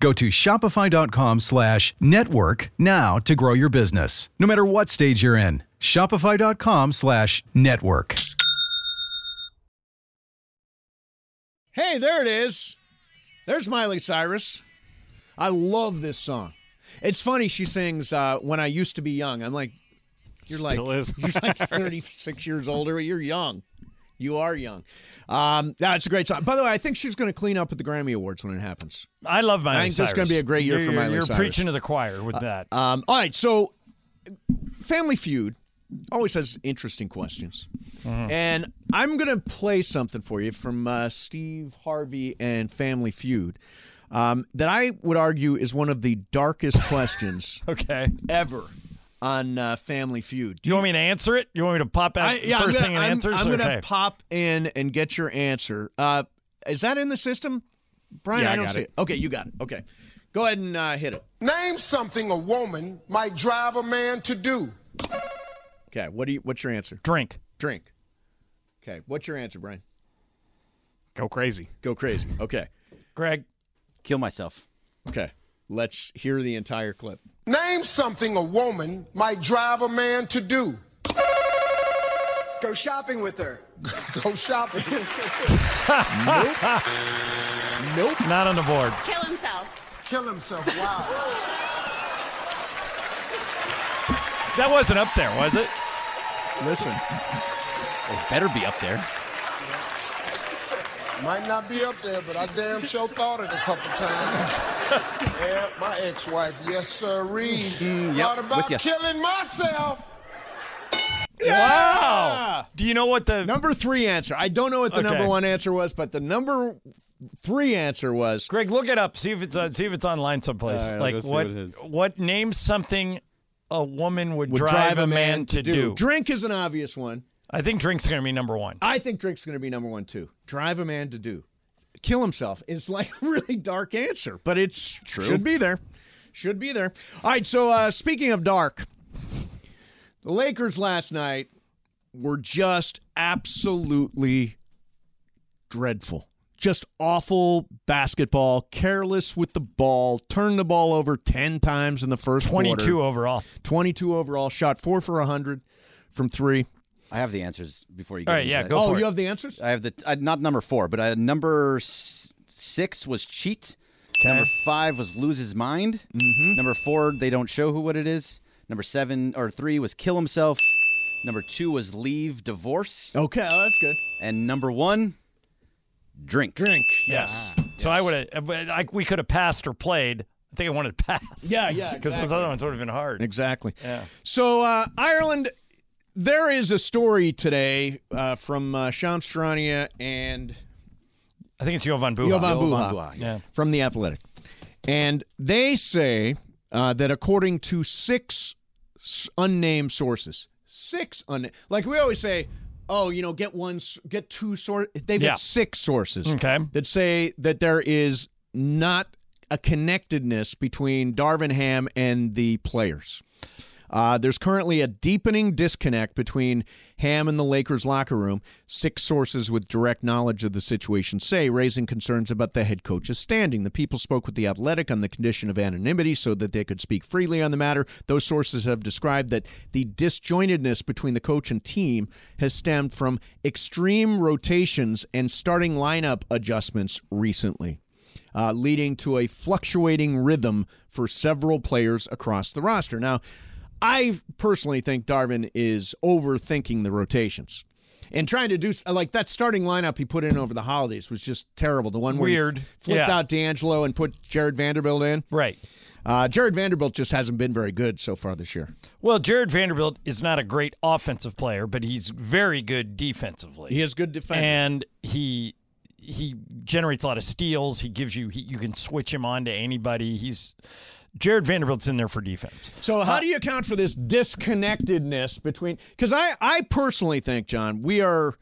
Speaker 8: Go to shopify.com slash network now to grow your business, no matter what stage you're in. Shopify.com slash network.
Speaker 1: Hey, there it is. There's Miley Cyrus. I love this song. It's funny she sings uh, "When I Used to Be Young." I'm like, you're
Speaker 7: Still
Speaker 1: like,
Speaker 7: is.
Speaker 1: you're like 36 years older. You're young. You are young. Um, that's a great song. By the way, I think she's going to clean up at the Grammy Awards when it happens.
Speaker 2: I love Miley
Speaker 1: I think this is going to be a great year
Speaker 2: You're-
Speaker 1: for Miley
Speaker 2: You're
Speaker 1: Cyrus.
Speaker 2: preaching to the choir with that.
Speaker 1: Um, all right, so Family Feud always has interesting questions, and I'm gonna play something for you from uh, Steve Harvey and Family Feud um, that I would argue is one of the darkest questions
Speaker 2: okay
Speaker 1: ever on uh, Family Feud.
Speaker 2: Do you want me to answer it? You want me to pop out
Speaker 1: I, yeah,
Speaker 2: first
Speaker 1: I'm
Speaker 2: thing
Speaker 1: gonna,
Speaker 2: and
Speaker 1: I'm-
Speaker 2: answers?
Speaker 1: I'm,
Speaker 2: Okay.
Speaker 1: gonna pop in and get your answer. Uh, is that in the system, Brian?
Speaker 9: Yeah, I
Speaker 1: don't
Speaker 9: got
Speaker 1: see
Speaker 9: it.
Speaker 1: it. Okay, you got it. Okay, go ahead and uh, hit it.
Speaker 9: Name something a woman might drive a man to do.
Speaker 1: Okay, what do you? What's your answer?
Speaker 2: Drink.
Speaker 1: Drink. Okay, what's your answer, Brian?
Speaker 7: Go crazy.
Speaker 1: Go crazy. Okay.
Speaker 2: Greg.
Speaker 3: Kill myself.
Speaker 1: Okay. Let's hear the entire clip.
Speaker 9: Name something a woman might drive a man to do. Go shopping with her. Go shopping.
Speaker 1: nope.
Speaker 2: Not on the board.
Speaker 9: Kill himself. Kill himself. Wow.
Speaker 2: That wasn't up there, was it?
Speaker 1: Listen.
Speaker 3: It better be up there.
Speaker 9: Might not be up there, but I damn sure thought it a couple times. yeah, my ex-wife. Yes, sir. Reed.
Speaker 3: Mm, yep,
Speaker 9: Thought about
Speaker 3: with ya.
Speaker 9: killing myself.
Speaker 2: Wow. Do you know what the
Speaker 1: number three answer? I don't know what the
Speaker 2: Okay.
Speaker 1: number one answer was, but the number three answer was.
Speaker 2: Greg, look it up. See if it's uh, see if it's online someplace.
Speaker 1: All right, I'll
Speaker 2: like
Speaker 1: go see
Speaker 2: what
Speaker 1: what it is.
Speaker 2: what name something a woman would,
Speaker 1: Would drive, a man, to do.
Speaker 2: do.
Speaker 1: Drink is an obvious one.
Speaker 2: I think drink's going to be number one.
Speaker 1: I think drink's going to be number one too. Drive a man to do, kill himself. It's like a really dark answer, but it's true. Should be there. Should be there. All right. So uh, speaking of dark, the Lakers last night were just absolutely dreadful. Just awful basketball, careless with the ball, turned the ball over 10 times in the first
Speaker 2: 22
Speaker 1: quarter.
Speaker 2: overall.
Speaker 1: 22 overall, shot 4 for 100 from 3.
Speaker 3: I have the answers before you.
Speaker 1: All
Speaker 3: get
Speaker 1: right,
Speaker 3: into
Speaker 1: yeah,
Speaker 3: that.
Speaker 1: go Oh, for you it. have the answers.
Speaker 3: I have the I, not number four, but uh, number s- six was cheat. Number five was lose his mind. Mm-hmm. Number four, they don't show who what it is. Number seven or three was kill himself. Number two was leave divorce.
Speaker 1: Okay, oh, that's good.
Speaker 3: And number one, drink.
Speaker 1: Drink.
Speaker 2: Yes.
Speaker 1: Ah,
Speaker 2: So I would have. I we could have passed or played. I think I wanted to pass.
Speaker 1: Yeah, yeah,
Speaker 2: Because those
Speaker 1: exactly.
Speaker 2: other ones would have been hard.
Speaker 1: Exactly.
Speaker 2: Yeah.
Speaker 1: So uh, Ireland, there is a story today uh, from uh, Shams Charania and
Speaker 2: I think it's Jovan Buha.
Speaker 1: Jovan Buha, from the Athletic, and they say uh, that according to six s- unnamed sources, six un like we always say. Oh, you know, get one, s- get two sources. They've
Speaker 2: Yeah.
Speaker 1: got six sources
Speaker 2: Okay.
Speaker 1: that say that there is not a connectedness between Darvin Ham and the players. Uh, there's currently a deepening disconnect between Ham and the Lakers locker room, six sources with direct knowledge of the situation say, raising concerns about the head coach's standing. The people spoke with The Athletic on the condition of anonymity so that they could speak freely on the matter. Those sources have described that the disjointedness between the coach and team has stemmed from extreme rotations and starting lineup adjustments recently uh, leading to a fluctuating rhythm for several players across the roster. Now, I personally think Darvin is overthinking the rotations and trying to do like that starting lineup he put in over the holidays was just terrible. The one where he
Speaker 2: Weird.
Speaker 1: flipped
Speaker 2: Yeah.
Speaker 1: out D'Angelo and put Jared Vanderbilt in.
Speaker 2: Right.
Speaker 1: Uh, Jared Vanderbilt just hasn't been very good so far this year.
Speaker 2: Well, Jared Vanderbilt is not a great offensive player, but he's very good defensively.
Speaker 1: He has good defense.
Speaker 2: and he he generates a lot of steals. He gives you he, you can switch him on to anybody. He's Jared Vanderbilt's in there for defense.
Speaker 1: So how do you account for this disconnectedness between? Because I, I personally think, John, we are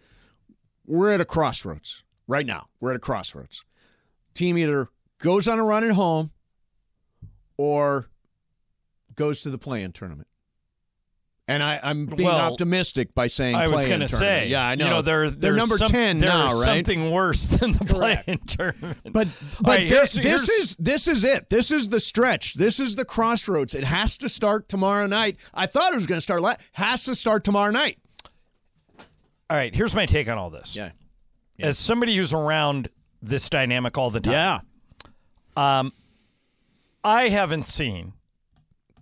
Speaker 1: we're at a crossroads. right now. We're at a crossroads. Team either goes on a run at home or goes to the play-in tournament. And I, I'm being
Speaker 2: Well,
Speaker 1: optimistic by saying
Speaker 2: I was
Speaker 1: play-in
Speaker 2: going to
Speaker 1: tournament.
Speaker 2: say,
Speaker 1: yeah, I know.
Speaker 2: You know, they're,
Speaker 1: they're
Speaker 2: there's
Speaker 1: number
Speaker 2: some-
Speaker 1: ten
Speaker 2: there's
Speaker 1: now, right?
Speaker 2: Something worse than the play-in tournament.
Speaker 1: But
Speaker 2: All
Speaker 1: but
Speaker 2: right,
Speaker 1: this,
Speaker 2: here's-
Speaker 1: this
Speaker 2: here's-
Speaker 1: is this is it. This is the stretch. This is the crossroads. It has to start tomorrow night. I thought it was going to start. La- has to start tomorrow night.
Speaker 2: All right, here's my take on all this.
Speaker 1: Yeah.
Speaker 2: As somebody who's around this dynamic all the time. Yeah. Um I haven't seen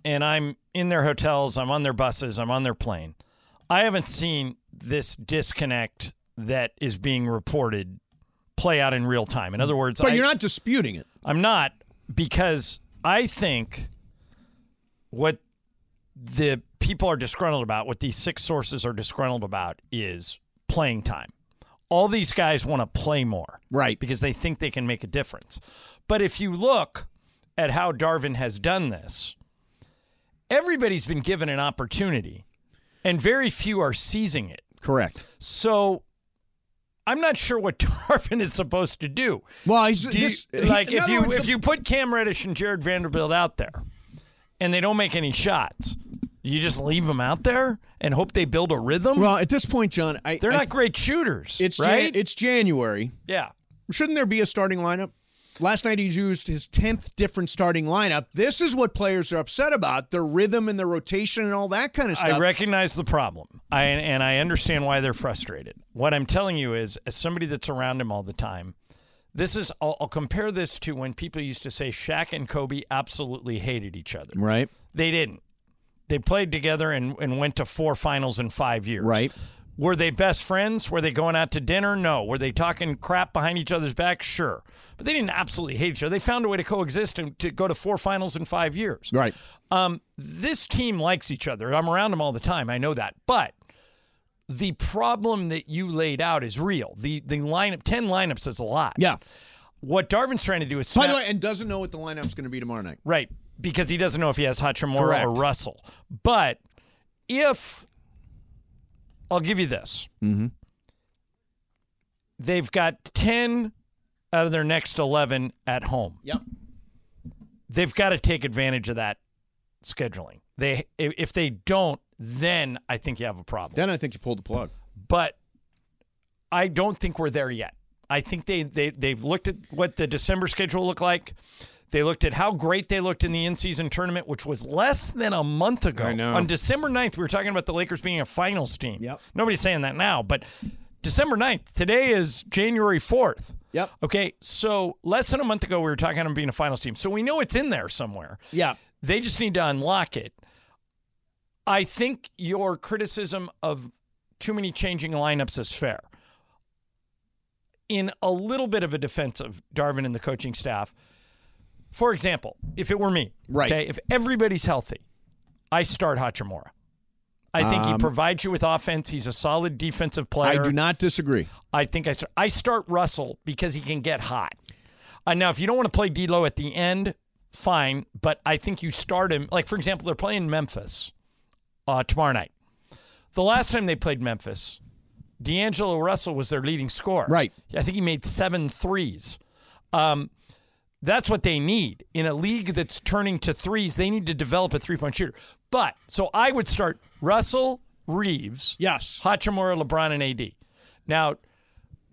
Speaker 2: and I'm in their hotels, I'm on their buses, I'm on their plane. I haven't seen this disconnect that is being reported play out in real time. In other words,
Speaker 1: But
Speaker 2: I-
Speaker 1: you're not disputing it.
Speaker 2: I'm not because I think what the people are disgruntled about, what these six sources are disgruntled about, is playing time. All these guys want to play more, right? Because they think they can make a difference. But if you look at how Darvin has done this, everybody's been given an opportunity, and very few are seizing it.
Speaker 1: Correct.
Speaker 2: So I'm not sure what Darvin is supposed to do.
Speaker 1: Well, he's
Speaker 2: Do you-
Speaker 1: this- he-
Speaker 2: like
Speaker 1: in
Speaker 2: if
Speaker 1: other
Speaker 2: you
Speaker 1: words,
Speaker 2: if
Speaker 1: the-
Speaker 2: you put Cam Reddish and Jared Vanderbilt out there, and they don't make any shots, you just leave them out there and hope they build a rhythm.
Speaker 1: Well, at this point, John, I,
Speaker 2: They're
Speaker 1: I-
Speaker 2: not great shooters.
Speaker 1: It's Jan-
Speaker 2: right.
Speaker 1: it's January.
Speaker 2: yeah.
Speaker 1: Shouldn't there be a starting lineup? Last night he used his tenth different starting lineup. This is what players are upset about: their rhythm and their rotation and all that kind of stuff.
Speaker 2: I recognize the problem. I
Speaker 1: Mm-hmm.
Speaker 2: and I understand why they're frustrated. What I'm telling you is, as somebody that's around him all the time, this is. I'll, I'll compare this to when people used to say Shaq and Kobe absolutely hated each other.
Speaker 1: right.
Speaker 2: They didn't. They played together and, and went to four finals in five years.
Speaker 1: Right.
Speaker 2: Were they best friends? Were they going out to dinner? No. Were they talking crap behind each other's back? Sure. But they didn't absolutely hate each other. They found a way to coexist and to go to four finals in five years.
Speaker 1: Right.
Speaker 2: Um, this team likes each other. I'm around them all the time. I know that. But the problem that you laid out is real. The the lineup, 10 lineups is a lot.
Speaker 1: Yeah.
Speaker 2: What Darvin's trying to do is
Speaker 1: By the
Speaker 2: snap-
Speaker 1: way, and doesn't know what the lineup's going to be tomorrow night.
Speaker 2: Right, because he doesn't know if he has Hachimura
Speaker 1: Correct.
Speaker 2: or Russell. But if I'll give you this,
Speaker 1: Mm-hmm.
Speaker 2: they've got 10 out of their next 11 at home.
Speaker 1: Yep.
Speaker 2: They've got to take advantage of that scheduling. They i- if they don't, then I think you have a problem.
Speaker 1: Then I think you pulled the plug.
Speaker 2: But I don't think we're there yet. I think they, they they've looked at what the December schedule looked like. They looked at how great they looked in the in-season tournament, which was less than a month ago.
Speaker 1: I know.
Speaker 2: On December 9th, we were talking about the Lakers being a finals team. Yep. Nobody's saying that now, but December 9th, today is January 4th.
Speaker 1: Yep.
Speaker 2: Okay, so less than a month ago, we were talking about them being a finals team. So we know it's in there somewhere.
Speaker 1: Yeah.
Speaker 2: They just need to unlock it. I think your criticism of too many changing lineups is fair. In a little bit of a defense of Darvin and the coaching staff, for example, if it were me,
Speaker 1: Right.
Speaker 2: Okay, if everybody's healthy, I start Hachimura. I think he
Speaker 1: Um,
Speaker 2: provides you with offense. He's a solid defensive player.
Speaker 1: I do not disagree.
Speaker 2: I think I start, I start Russell because he can get hot. Uh, now, if you don't want to play D'Lo at the end, fine. But I think you start him. Like for example, they're playing Memphis uh, tomorrow night. The last time they played Memphis, D'Angelo Russell was their leading scorer.
Speaker 1: Right.
Speaker 2: I think he made seven threes. Um, that's what they need in a league that's turning to threes. They need to develop a three-point shooter. But so I would start Russell Reeves,
Speaker 1: yes,
Speaker 2: Hachimura, LeBron, and AD. Now,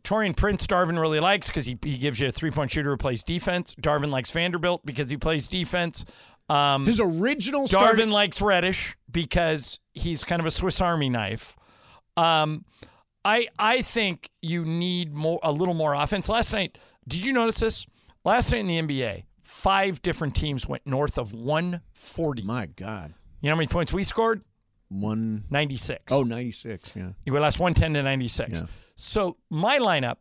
Speaker 2: Torian Prince, Darvin really likes because he, he gives you a three-point shooter who plays defense. Darvin likes Vanderbilt because he plays defense. Um,
Speaker 1: His original
Speaker 2: Darvin
Speaker 1: starting-
Speaker 2: likes Reddish because he's kind of a Swiss Army knife. Um, I I think you need more a little more offense. Last night, did you notice this? Last night in the NBA, five different teams went north of 140.
Speaker 1: My God.
Speaker 2: You know how many points we scored?
Speaker 1: One
Speaker 2: 96.
Speaker 1: oh ninety six. Yeah.
Speaker 2: You were last 110 to 96. So my lineup.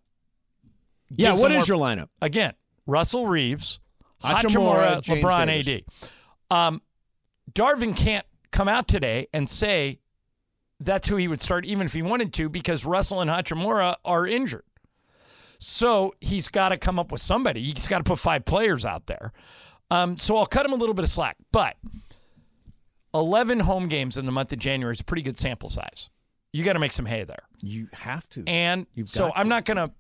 Speaker 1: Yeah,
Speaker 2: gives
Speaker 1: what
Speaker 2: them
Speaker 1: is
Speaker 2: more-
Speaker 1: your lineup?
Speaker 2: Again, Russell Reeves,
Speaker 1: Hachimura,
Speaker 2: Hachimura,
Speaker 1: James
Speaker 2: LeBron,
Speaker 1: Davis.
Speaker 2: AD. Um, Darvin can't come out today and say that's who he would start, even if he wanted to, because Russell and Hachimura are injured. So he's got to come up with somebody. He's got to put five players out there. Um, so I'll cut him a little bit of slack, but 11 home games in the month of January is a pretty good sample size. You got to make some hay there.
Speaker 1: You have to.
Speaker 2: And
Speaker 1: You've
Speaker 2: so
Speaker 1: got
Speaker 2: I'm not going to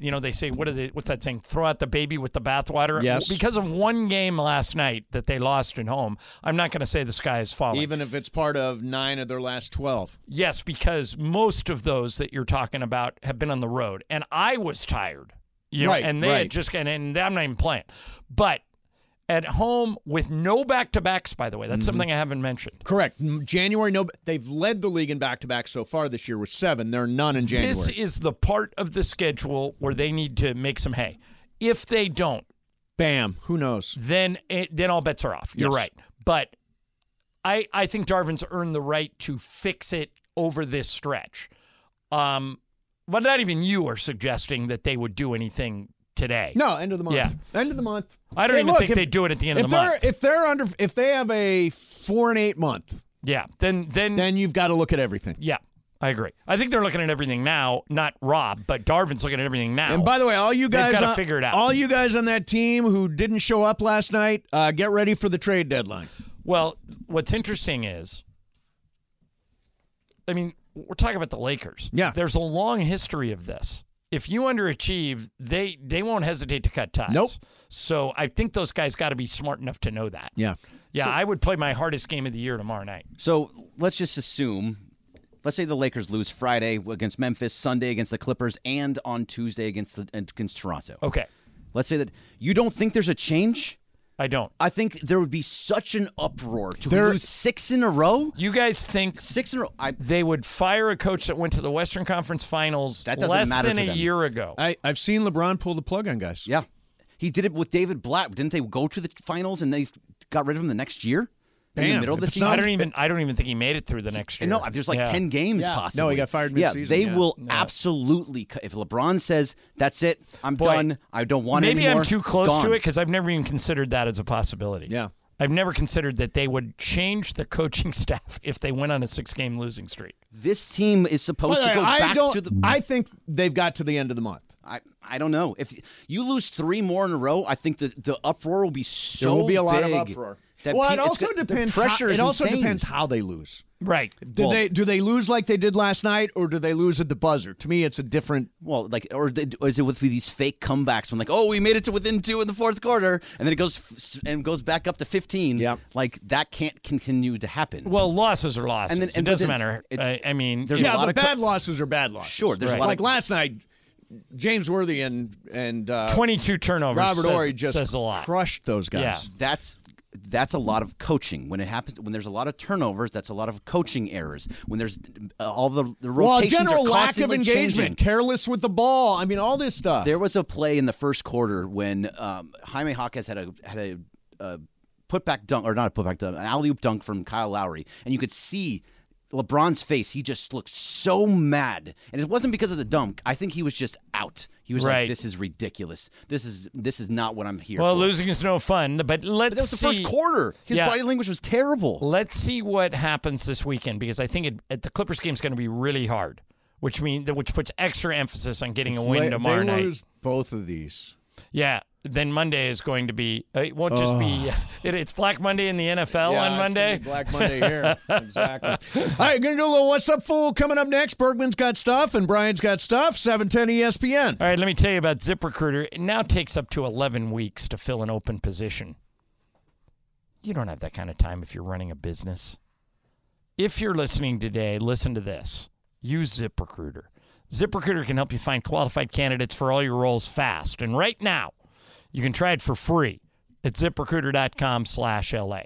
Speaker 2: you know, they say what are they? What's that saying? Throw out the baby with the bathwater.
Speaker 1: Yes.
Speaker 2: Because of one game last night that they lost at home, I'm not going to say the sky is falling.
Speaker 1: Even if it's part of nine of their last 12.
Speaker 2: Yes, because most of those that you're talking about have been on the road, and I was tired. You know,
Speaker 1: Right,
Speaker 2: and they
Speaker 1: right.
Speaker 2: had just and, and I'm not even playing, but at home with no back to backs. By the way, that's
Speaker 1: Mhm.
Speaker 2: something I haven't mentioned.
Speaker 1: Correct. Mm, January, no. They've led the league in back to back so far this year with seven. There are none in January.
Speaker 2: This is the part of the schedule where they need to make some hay. If they don't,
Speaker 1: bam, who knows?
Speaker 2: Then it, then all bets are off. You're
Speaker 1: Yes.
Speaker 2: right, but I I think Darvin's earned the right to fix it over this stretch. Um, but not even you are suggesting that they would do anything today.
Speaker 1: No, end of the month.
Speaker 2: Yeah.
Speaker 1: End of the month.
Speaker 2: I don't even think they do it at the end of
Speaker 1: if
Speaker 2: the
Speaker 1: they're-
Speaker 2: month.
Speaker 1: If they're under, if they have a four and eight month,
Speaker 2: yeah, then then
Speaker 1: then you've got to look at everything.
Speaker 2: Yeah, I agree. I think they're looking at everything now, not Rob, but Darvin's looking at everything now.
Speaker 1: And by the way, all you
Speaker 2: They've
Speaker 1: guys,
Speaker 2: gotta
Speaker 1: on,
Speaker 2: figure it out.
Speaker 1: All you guys on that team who didn't show up last night, uh, get ready for the trade deadline.
Speaker 2: Well, what's interesting is, I mean, we're talking about the Lakers. Yeah, there's a long history of this. If you underachieve, they they won't hesitate to cut ties. Nope. So I think those guys got to be smart enough to know that.
Speaker 1: Yeah.
Speaker 2: Yeah, I would play my hardest game of the year tomorrow night.
Speaker 3: So let's just assume, let's say the Lakers lose Friday against Memphis, Sunday against the Clippers, and on Tuesday against the, against Toronto.
Speaker 1: Oh.
Speaker 2: Okay.
Speaker 3: Let's say that you don't think there's a change.
Speaker 2: I don't.
Speaker 3: I think there would be such an uproar to
Speaker 2: There-
Speaker 3: lose six in a row.
Speaker 2: You guys think
Speaker 3: six in a row? I,
Speaker 2: they would fire a coach that went to the Western Conference Finals
Speaker 3: That doesn't
Speaker 2: less
Speaker 3: matter
Speaker 2: than
Speaker 3: to
Speaker 2: a
Speaker 3: them.
Speaker 2: year ago.
Speaker 1: I, I've seen LeBron pull the plug on guys.
Speaker 3: Yeah, he did it with David Blatt. Didn't they go to the finals and they got rid of him the next year in the middle of the season?
Speaker 2: I don't even. I don't even think he made it through the next year.
Speaker 3: No, there's like
Speaker 2: Yeah.
Speaker 3: ten games possibly. Yeah, they will absolutely. cu- If LeBron says that's it, I'm done. I don't want it
Speaker 2: Maybe
Speaker 3: anymore.
Speaker 2: I'm too close
Speaker 3: gone."
Speaker 2: to it because I've never even considered that as a possibility.
Speaker 1: Yeah.
Speaker 2: I've never considered that they would change the coaching staff if they went on a six-game losing streak.
Speaker 3: This team is supposed
Speaker 1: Well,
Speaker 3: to go
Speaker 1: I
Speaker 3: back
Speaker 1: don't-
Speaker 3: to the.
Speaker 1: I think they've got to the end of the month.
Speaker 3: I, I don't know if you lose three more in a row. I think the the uproar will be so.
Speaker 1: there will be a lot of
Speaker 3: big
Speaker 1: uproar.
Speaker 3: that
Speaker 1: well,
Speaker 3: pe-
Speaker 1: it
Speaker 3: it's
Speaker 1: also
Speaker 3: go- the
Speaker 1: depends.
Speaker 3: Pressure
Speaker 1: how,
Speaker 3: is
Speaker 1: it also
Speaker 3: insane.
Speaker 1: depends how they lose.
Speaker 2: Right.
Speaker 1: Do
Speaker 3: Well-
Speaker 1: they do they lose like they did last night, or do they lose at the buzzer? To me, it's a different.
Speaker 3: Well, like, or, th- or is it with these fake comebacks when like, oh, we made it to within two in the fourth quarter, and then it goes f- and goes back up to fifteen. Yeah, like that can't continue to happen.
Speaker 2: Well, losses are losses.
Speaker 3: And then- and
Speaker 2: it doesn't
Speaker 3: within-
Speaker 2: matter.
Speaker 3: it-
Speaker 2: I, I mean,
Speaker 3: there's
Speaker 2: yeah,
Speaker 3: a lot
Speaker 2: but
Speaker 3: of
Speaker 2: back-
Speaker 1: Bad losses are bad losses.
Speaker 3: Sure, there's a lot of-
Speaker 1: like last night. James Worthy and and uh,
Speaker 2: 22 turnovers
Speaker 1: Robert
Speaker 2: says-
Speaker 1: Ory just
Speaker 2: says a lot.
Speaker 1: crushed those guys.
Speaker 2: Yeah.
Speaker 3: that's that's a lot of coaching when it happens when there's a lot of turnovers that's a lot of coaching errors when there's uh, all the, the
Speaker 1: Well,
Speaker 3: rotations
Speaker 1: general
Speaker 3: are
Speaker 1: lack of
Speaker 3: constantly
Speaker 1: engagement,
Speaker 3: changing.
Speaker 1: careless with the ball. I mean, all this stuff.
Speaker 3: There was a play in the first quarter when um, Jaime Hawkins had a had a, a putback dunk or not a putback dunk, an alley oop dunk from Kyle Lowry, and you could see. LeBron's face, he just looked so mad. And it wasn't because of the dunk. I think he was just out. He was
Speaker 2: Right.
Speaker 3: like, This is ridiculous. This is this is not what I'm here
Speaker 2: Well,
Speaker 3: for.
Speaker 2: losing is no fun, but let's
Speaker 3: that was the
Speaker 2: see.
Speaker 3: first quarter. His body language was terrible.
Speaker 2: Let's see what happens this weekend because I think it, at the Clippers game is going to be really hard, which means which puts extra emphasis on getting a
Speaker 1: They-
Speaker 2: win
Speaker 1: they
Speaker 2: tomorrow night.
Speaker 1: lose both of these.
Speaker 2: Yeah. Then Monday is going to be. uh, It won't just be. It, it's Black Monday in the NFL
Speaker 1: Yeah,
Speaker 2: on
Speaker 1: it's
Speaker 2: Monday.
Speaker 1: gonna be Black Monday here. Exactly. All right, gonna do a little what's up fool coming up next. Bergman's got stuff and Brian's got stuff. Seven ten E ESPN.
Speaker 2: All right, let me tell you about ZipRecruiter. It now takes up to 11 weeks to fill an open position. You don't have that kind of time if you're running a business. If you're listening today, listen to this. Use ZipRecruiter. ZipRecruiter can help you find qualified candidates for all your roles fast. And right now, you can try it for free at ziprecruiter.com slash LA.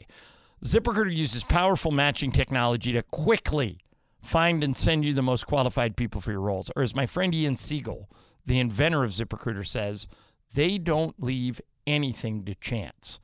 Speaker 2: ZipRecruiter uses powerful matching technology to quickly find and send you the most qualified people for your roles. Or as my friend Ian Siegel, the inventor of ZipRecruiter, says, they don't leave anything to chance.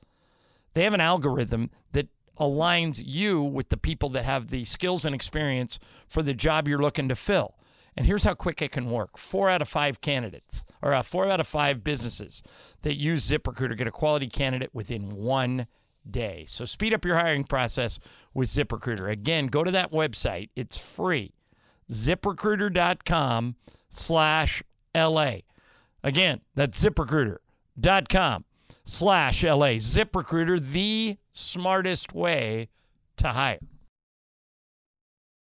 Speaker 2: They have an algorithm that aligns you with the people that have the skills and experience for the job you're looking to fill. And here's how quick it can work. Four out of five candidates, or uh, four out of five businesses that use ZipRecruiter get a quality candidate within one day. So speed up your hiring process with ZipRecruiter. Again, go to that website. It's free. ZipRecruiter.com slash LA. Again, that's ziprecruiter.com slash LA. ZipRecruiter, the smartest way to hire.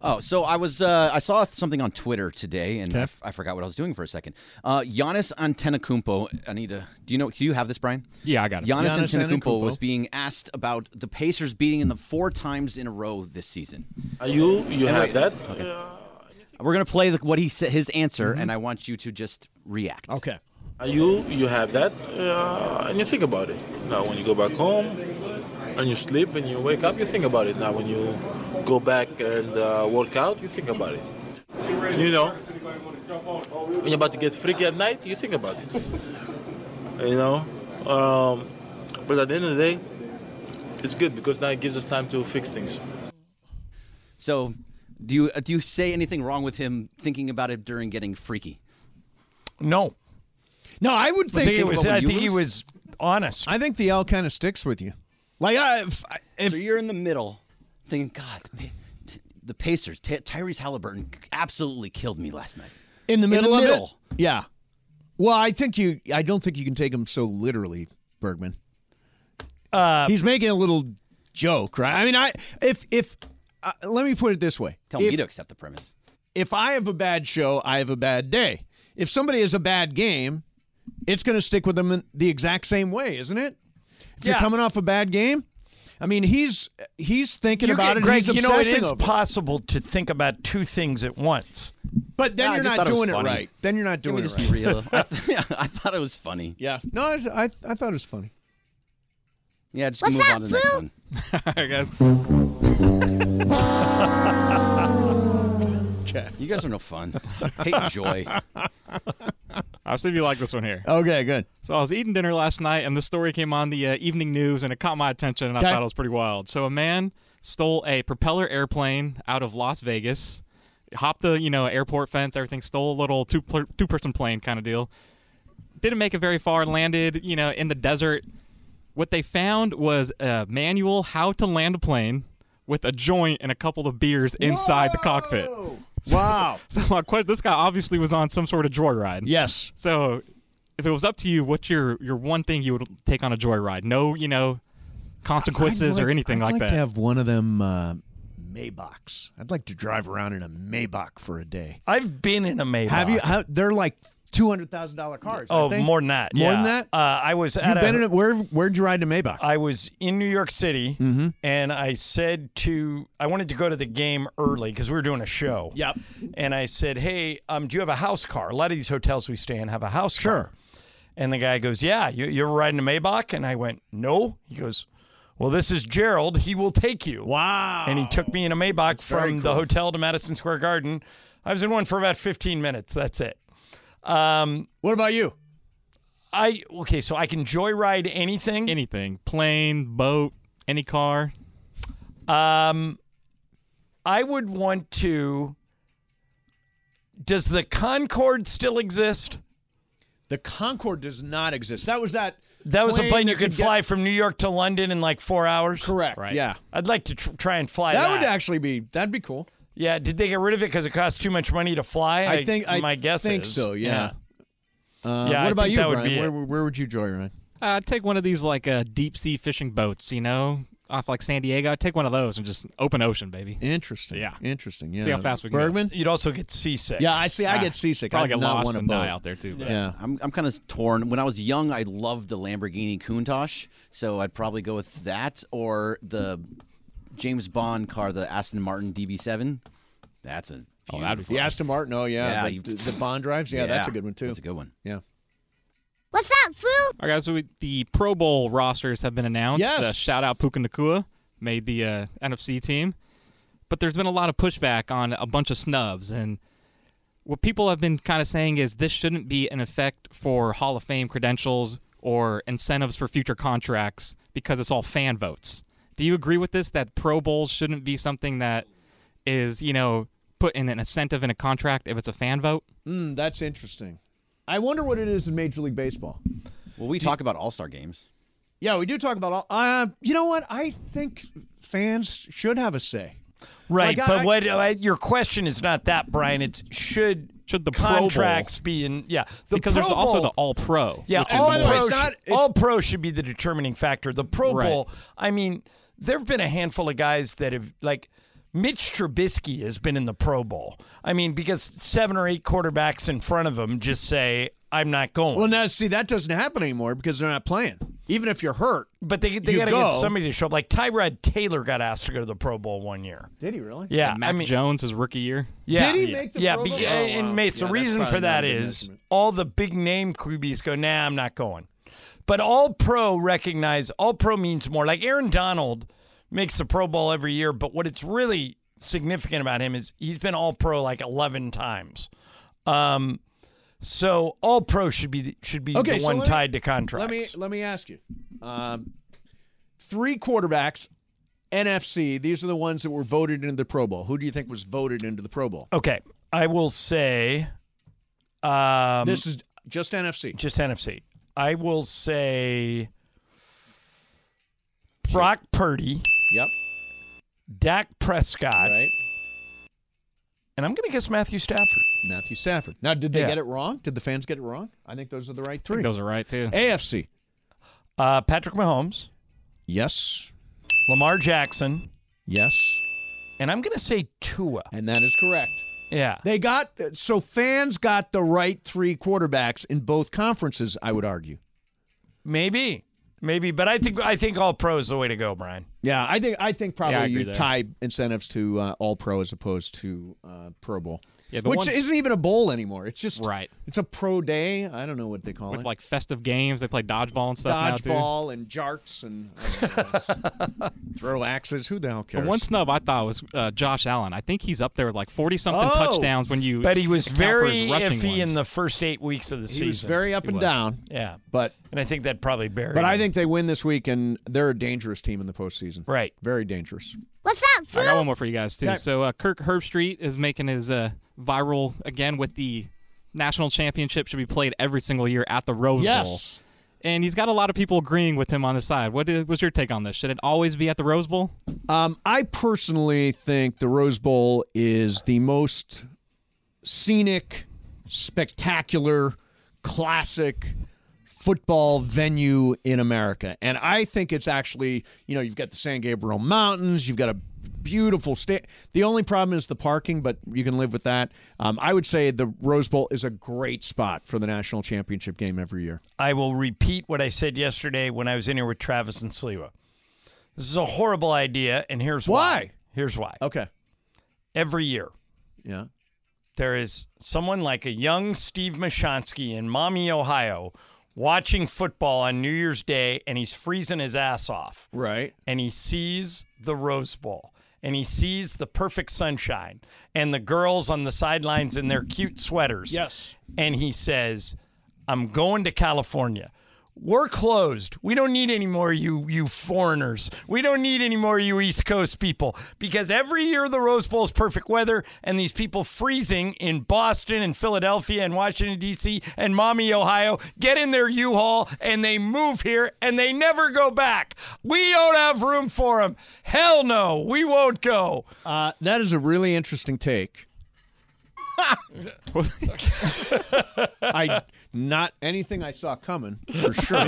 Speaker 3: Oh, so I was uh, I saw something on Twitter today, and I, f- I forgot what I was doing for a second. Uh, Giannis Antetokounmpo. I need to. Do you know? Do you have this, Brian?
Speaker 7: Yeah, I got it.
Speaker 3: Giannis,
Speaker 7: Giannis
Speaker 3: Antetokounmpo,
Speaker 7: Antetokounmpo.
Speaker 3: was being asked about the Pacers beating them four times in a row this season.
Speaker 10: Are you you
Speaker 3: And
Speaker 10: have
Speaker 3: I-
Speaker 10: that?
Speaker 3: Okay. We're gonna play the, what he said, his answer,
Speaker 10: Mhm.
Speaker 3: and I want you to just react.
Speaker 1: Okay.
Speaker 10: Are you you have that? Uh, and you think about it. Now when you go back home and you sleep and you wake up, you think about it. Now when you go back and uh, work out, you think about it. You know, when you're about to get freaky at night, you think about it. you know, um, but at the end of the day, it's good because now it gives us time to fix things.
Speaker 3: So, do you uh, do you say anything wrong with him thinking about it during getting freaky?
Speaker 2: No.
Speaker 1: No, I would
Speaker 3: I
Speaker 1: think,
Speaker 3: think it was- I think he
Speaker 2: was honest.
Speaker 1: I think the L kind of sticks with you. Like I, if, if
Speaker 3: you're in the middle, thinking, God, the, Pa- the Pacers, Ty Tyrese Halliburton absolutely killed me last night.
Speaker 1: in the middle of
Speaker 3: middle.
Speaker 1: it. Yeah. Well, I think you. I don't think you can take him so literally, Bergman.
Speaker 2: Uh,
Speaker 1: He's making a little joke, right? I mean, I if if uh, let me put it this way.
Speaker 3: Tell
Speaker 1: if,
Speaker 3: me to accept the premise.
Speaker 1: if I have a bad show, I have a bad day. If somebody has a bad game, it's going to stick with them in the exact same way, isn't it? If you're
Speaker 2: Yeah.
Speaker 1: coming off a bad game, I mean, he's he's thinking
Speaker 2: You
Speaker 1: about
Speaker 2: get-
Speaker 1: it.
Speaker 2: Greg,
Speaker 1: he's
Speaker 2: you know, it
Speaker 1: obsessing
Speaker 2: is
Speaker 1: over it.
Speaker 2: possible to think about two things at once.
Speaker 1: But then
Speaker 2: Yeah, I
Speaker 1: you're
Speaker 2: just
Speaker 1: not
Speaker 2: thought it was
Speaker 1: doing it,
Speaker 2: funny.
Speaker 1: right. Then you're not
Speaker 2: Can
Speaker 1: doing
Speaker 2: we
Speaker 1: it
Speaker 2: just be
Speaker 1: right.
Speaker 2: real?
Speaker 3: I, th- I thought it was funny.
Speaker 1: yeah. No, I, I I thought it was funny.
Speaker 3: Yeah, just
Speaker 1: What's
Speaker 3: move
Speaker 1: up,
Speaker 3: on to the next one. You guys are no fun. Hate and joy.
Speaker 7: I'll see if you like this one here.
Speaker 1: Okay, good.
Speaker 7: So I was eating dinner last night, and the story came on the uh, evening news, and it caught my attention, and
Speaker 1: Okay.
Speaker 7: I thought it was pretty wild. So a man stole a propeller airplane out of Las Vegas, hopped the you know airport fence, everything, stole a little two per- two person plane kind of deal. Didn't make it very far. Landed you know in the desert. What they found was a manual how to land a plane with a joint and a couple of beers inside the cockpit.
Speaker 1: Wow.
Speaker 7: So, so my que- this guy obviously was on some sort of joyride.
Speaker 1: Yes.
Speaker 7: So if it was up to you, what's your your one thing you would take on a joyride? No, you know, consequences
Speaker 1: I'd
Speaker 7: or
Speaker 1: like-
Speaker 7: anything
Speaker 1: I'd
Speaker 7: like,
Speaker 1: like
Speaker 7: that.
Speaker 1: to have one of them uh, Maybachs. I'd like to drive around in a Maybach for a day.
Speaker 2: I've been in a Maybach.
Speaker 1: Have you? How, they're like two hundred thousand dollar cars.
Speaker 2: Oh,
Speaker 1: aren't they?
Speaker 2: more than that.
Speaker 1: More
Speaker 2: yeah.
Speaker 1: than that.
Speaker 2: Uh, I was at
Speaker 1: You've been
Speaker 2: a,
Speaker 1: in it. Where Where'd you ride to Maybach?
Speaker 2: I was in New York City,
Speaker 1: Mm-hmm.
Speaker 2: and I said to I wanted to go to the game early because we were doing a show.
Speaker 1: Yep.
Speaker 2: And I said, "Hey, um, do you have a house car? A lot of these hotels we stay in have a house sure. car." And the guy goes, "Yeah, you, you ever riding a Maybach?" And I went, "No." He goes, "Well, this is Gerald. He will take you."
Speaker 1: Wow.
Speaker 2: And he took me in a Maybach
Speaker 1: very
Speaker 2: from the
Speaker 1: cool.
Speaker 2: hotel to Madison Square Garden. I was in one for about 15 minutes. That's it. Um,
Speaker 1: what about you?
Speaker 2: I okay, so I can joyride anything.
Speaker 7: Anything, plane, boat, any car.
Speaker 2: Um, I would want to. Does the Concorde still exist?
Speaker 1: The Concorde does not exist. That was that.
Speaker 2: That was a
Speaker 1: plane
Speaker 2: plane
Speaker 1: that
Speaker 2: you could
Speaker 1: could get-
Speaker 2: fly from New York to London in like four hours. Correct. Right.
Speaker 1: yeah.
Speaker 2: I'd like to tr- try and fly
Speaker 1: that,
Speaker 2: that.
Speaker 1: would actually be. That'd be cool.
Speaker 2: yeah. Did they get rid of it because it costs too much money to fly?
Speaker 1: I think. I
Speaker 2: my guess
Speaker 1: think
Speaker 2: is-
Speaker 1: so. Yeah. Uh,
Speaker 2: Yeah, I
Speaker 1: what about
Speaker 2: think
Speaker 1: you,
Speaker 2: that would
Speaker 1: Brian?
Speaker 2: be it.
Speaker 1: where, where would you joyride?
Speaker 7: Uh, I'd take one of these like uh, deep sea fishing boats, you know, off like San Diego. I'd take one of those and just open ocean, baby.
Speaker 1: Interesting.
Speaker 7: Yeah.
Speaker 1: Interesting. Yeah.
Speaker 7: See how fast we can.
Speaker 1: Bergman.
Speaker 2: You'd also get seasick.
Speaker 1: Yeah, I see. I
Speaker 7: Ah,
Speaker 1: get seasick.
Speaker 7: probably
Speaker 1: I
Speaker 7: get
Speaker 1: do not
Speaker 7: lost
Speaker 1: want a
Speaker 7: and die
Speaker 1: boat.
Speaker 7: out there, too, but-
Speaker 1: Yeah.
Speaker 3: I'm, I'm kind of torn. When I was young, I loved the Lamborghini Countach, so I'd probably go with that or the James Bond car, the Aston Martin DB7. That's a
Speaker 1: Oh, that'd be
Speaker 3: beautiful-
Speaker 1: The Aston Martin. Oh, yeah.
Speaker 3: Yeah,
Speaker 1: the,
Speaker 3: you-
Speaker 1: the Bond drives. Yeah, that's a good one too.
Speaker 3: That's a good one.
Speaker 1: Yeah.
Speaker 11: What's up, fool?
Speaker 7: All right, guys. So we, the Pro Bowl rosters have been announced.
Speaker 1: Yes.
Speaker 7: Uh, shout out Puka Nakua, made the uh, NFC team. But there's been a lot of pushback on a bunch of snubs, and what people have been kind of saying is this shouldn't be an effect for Hall of Fame credentials or incentives for future contracts because it's all fan votes. Do you agree with this that Pro Bowls shouldn't be something that is, you know, put in an incentive in a contract if it's a fan vote?
Speaker 1: Mm, that's interesting. I wonder what it is in Major League Baseball.
Speaker 3: Well, we talk about All Star games.
Speaker 1: Yeah, we do talk about all. Uh, you know what? I think fans should have a say.
Speaker 2: Right,
Speaker 1: Like, I-
Speaker 2: but
Speaker 1: I-
Speaker 2: what uh, your question is not that, Brian. It's should should the
Speaker 7: Pro Bowl-
Speaker 2: contracts be in? Yeah, the
Speaker 7: Because there's
Speaker 2: Pro
Speaker 7: also
Speaker 2: Bowl-
Speaker 7: the All-Pro,
Speaker 2: Yeah,
Speaker 7: which is
Speaker 2: all
Speaker 7: more-
Speaker 2: pro.
Speaker 7: It's
Speaker 2: should-
Speaker 7: not- it's-
Speaker 2: all pro should be the determining factor. The Pro
Speaker 7: Right.
Speaker 2: Bowl. I mean, there have been a handful of guys that have like. Mitch Trubisky has been in the Pro Bowl. I mean, because seven or eight quarterbacks in front of him just say, "I'm not going."
Speaker 1: Well, now see that doesn't happen anymore because they're not playing. Even if you're hurt,
Speaker 2: but they they
Speaker 1: you
Speaker 2: got to
Speaker 1: go.
Speaker 2: get somebody to show up. Like Tyrod Taylor got asked to go to the Pro Bowl one year.
Speaker 1: Did he really?
Speaker 2: Yeah,
Speaker 7: And Mac
Speaker 2: I mean-
Speaker 7: Jones his rookie year.
Speaker 2: Yeah,
Speaker 1: Did he make the
Speaker 2: yeah,
Speaker 1: Pro
Speaker 2: beca-
Speaker 1: Bowl? Oh, wow.
Speaker 2: and Mace,
Speaker 1: Yeah,
Speaker 2: the
Speaker 1: that's
Speaker 2: reason
Speaker 1: probably
Speaker 2: for that
Speaker 1: not a good
Speaker 2: is
Speaker 1: measurement.
Speaker 2: all the big name QBs go, nah, I'm not going. But all pro recognize all pro means more. Like Aaron Donald makes the Pro Bowl every year, but what it's really significant about him is he's been all pro like 11 times. Um, so all pro should be should be
Speaker 1: Okay,
Speaker 2: the
Speaker 1: so
Speaker 2: one
Speaker 1: let me-
Speaker 2: tied to contracts.
Speaker 1: Let me let me ask you. Um, three quarterbacks, NFC. These are the ones that were voted into the Pro Bowl. Who do you think was voted into the Pro Bowl?
Speaker 2: Okay, I will say. Um,
Speaker 1: This is just NFC.
Speaker 2: Just NFC. I will say Brock Purdy.
Speaker 1: Yep.
Speaker 2: Dak Prescott.
Speaker 1: Right.
Speaker 2: And I'm going to guess Matthew Stafford.
Speaker 1: Matthew Stafford. Now, did they
Speaker 2: Yeah.
Speaker 1: get it wrong? Did the fans get it wrong? I think those are the right
Speaker 7: I
Speaker 1: three.
Speaker 7: think those are right too.
Speaker 1: AFC.
Speaker 2: Uh, Patrick Mahomes.
Speaker 1: Yes.
Speaker 2: Lamar Jackson.
Speaker 1: Yes.
Speaker 2: And I'm going to say Tua.
Speaker 1: And that is correct.
Speaker 2: Yeah.
Speaker 1: They got so fans got the right three quarterbacks in both conferences. I would argue.
Speaker 2: Maybe. Maybe, but I think I think all pro is the way to go, Brian.
Speaker 1: Yeah, I think I think probably
Speaker 2: I agree
Speaker 1: you
Speaker 2: there.
Speaker 1: tie incentives to uh, All Pro as opposed to uh, Pro Bowl,
Speaker 7: Yeah, the
Speaker 1: which
Speaker 7: one-
Speaker 1: isn't even a bowl anymore. It's just
Speaker 7: Right.
Speaker 1: It's a pro day. I don't know what they call
Speaker 7: With
Speaker 1: it.
Speaker 7: like festive games, they play dodgeball and stuff now too.
Speaker 1: Dodgeball and jarts and I don't know, throw axes. Who the hell
Speaker 7: The
Speaker 1: cares?
Speaker 7: one snub I thought was uh, Josh Allen. I think he's up there with like forty something
Speaker 1: Oh!
Speaker 7: touchdowns when you.
Speaker 2: But he was
Speaker 7: account for his
Speaker 2: very
Speaker 7: rushing
Speaker 2: iffy
Speaker 7: ones.
Speaker 2: in the first eight weeks of the
Speaker 1: he
Speaker 2: season.
Speaker 1: was very up
Speaker 2: He
Speaker 1: and
Speaker 2: was.
Speaker 1: down.
Speaker 2: Yeah.
Speaker 1: But
Speaker 2: And I think that probably buried.
Speaker 1: but I
Speaker 2: him.
Speaker 1: think they win this week, and they're a dangerous team in the postseason.
Speaker 2: Right.
Speaker 1: Very dangerous.
Speaker 11: What's up,
Speaker 7: I
Speaker 11: fool?
Speaker 7: got one more for you guys too.
Speaker 1: Okay.
Speaker 7: So uh, Kirk Herbstreit is making his uh, viral again with the national championship should be played every single year at the Rose
Speaker 1: Yes.
Speaker 7: Bowl. And he's got a lot of people agreeing with him on the side. What is, what's your take on this? Should it always be at the Rose Bowl?
Speaker 1: Um, I personally think the Rose Bowl is the most scenic, spectacular, classic football venue in America. And I think it's actually, you know, you've got the San Gabriel Mountains, you've got a beautiful state. The only problem is the parking, but you can live with that. Um, I would say the Rose Bowl is a great spot for the national championship game every year.
Speaker 2: I will repeat what I said yesterday when I was in here with Travis and Sliwa. This is a horrible idea, and here's why.
Speaker 1: Why?
Speaker 2: Here's why.
Speaker 1: Okay.
Speaker 2: Every year,
Speaker 1: Yeah.
Speaker 2: there is someone like a young Steve Mashonsky in Mommy, Ohio, watching football on New Year's Day, and he's freezing his ass off.
Speaker 1: Right.
Speaker 2: And he sees the Rose Bowl, and he sees the perfect sunshine, and the girls on the sidelines in their cute sweaters.
Speaker 1: Yes.
Speaker 2: And he says, I'm going to California. We're closed. We don't need any more you you foreigners. We don't need any more you East Coast people because every year the Rose Bowl is perfect weather and these people freezing in Boston and Philadelphia and Washington D.C. and Mommy Ohio get in their U-Haul and they move here and they never go back. We don't have room for them. Hell no, we won't go.
Speaker 1: Uh, that is a really interesting take. I not anything I saw coming for sure.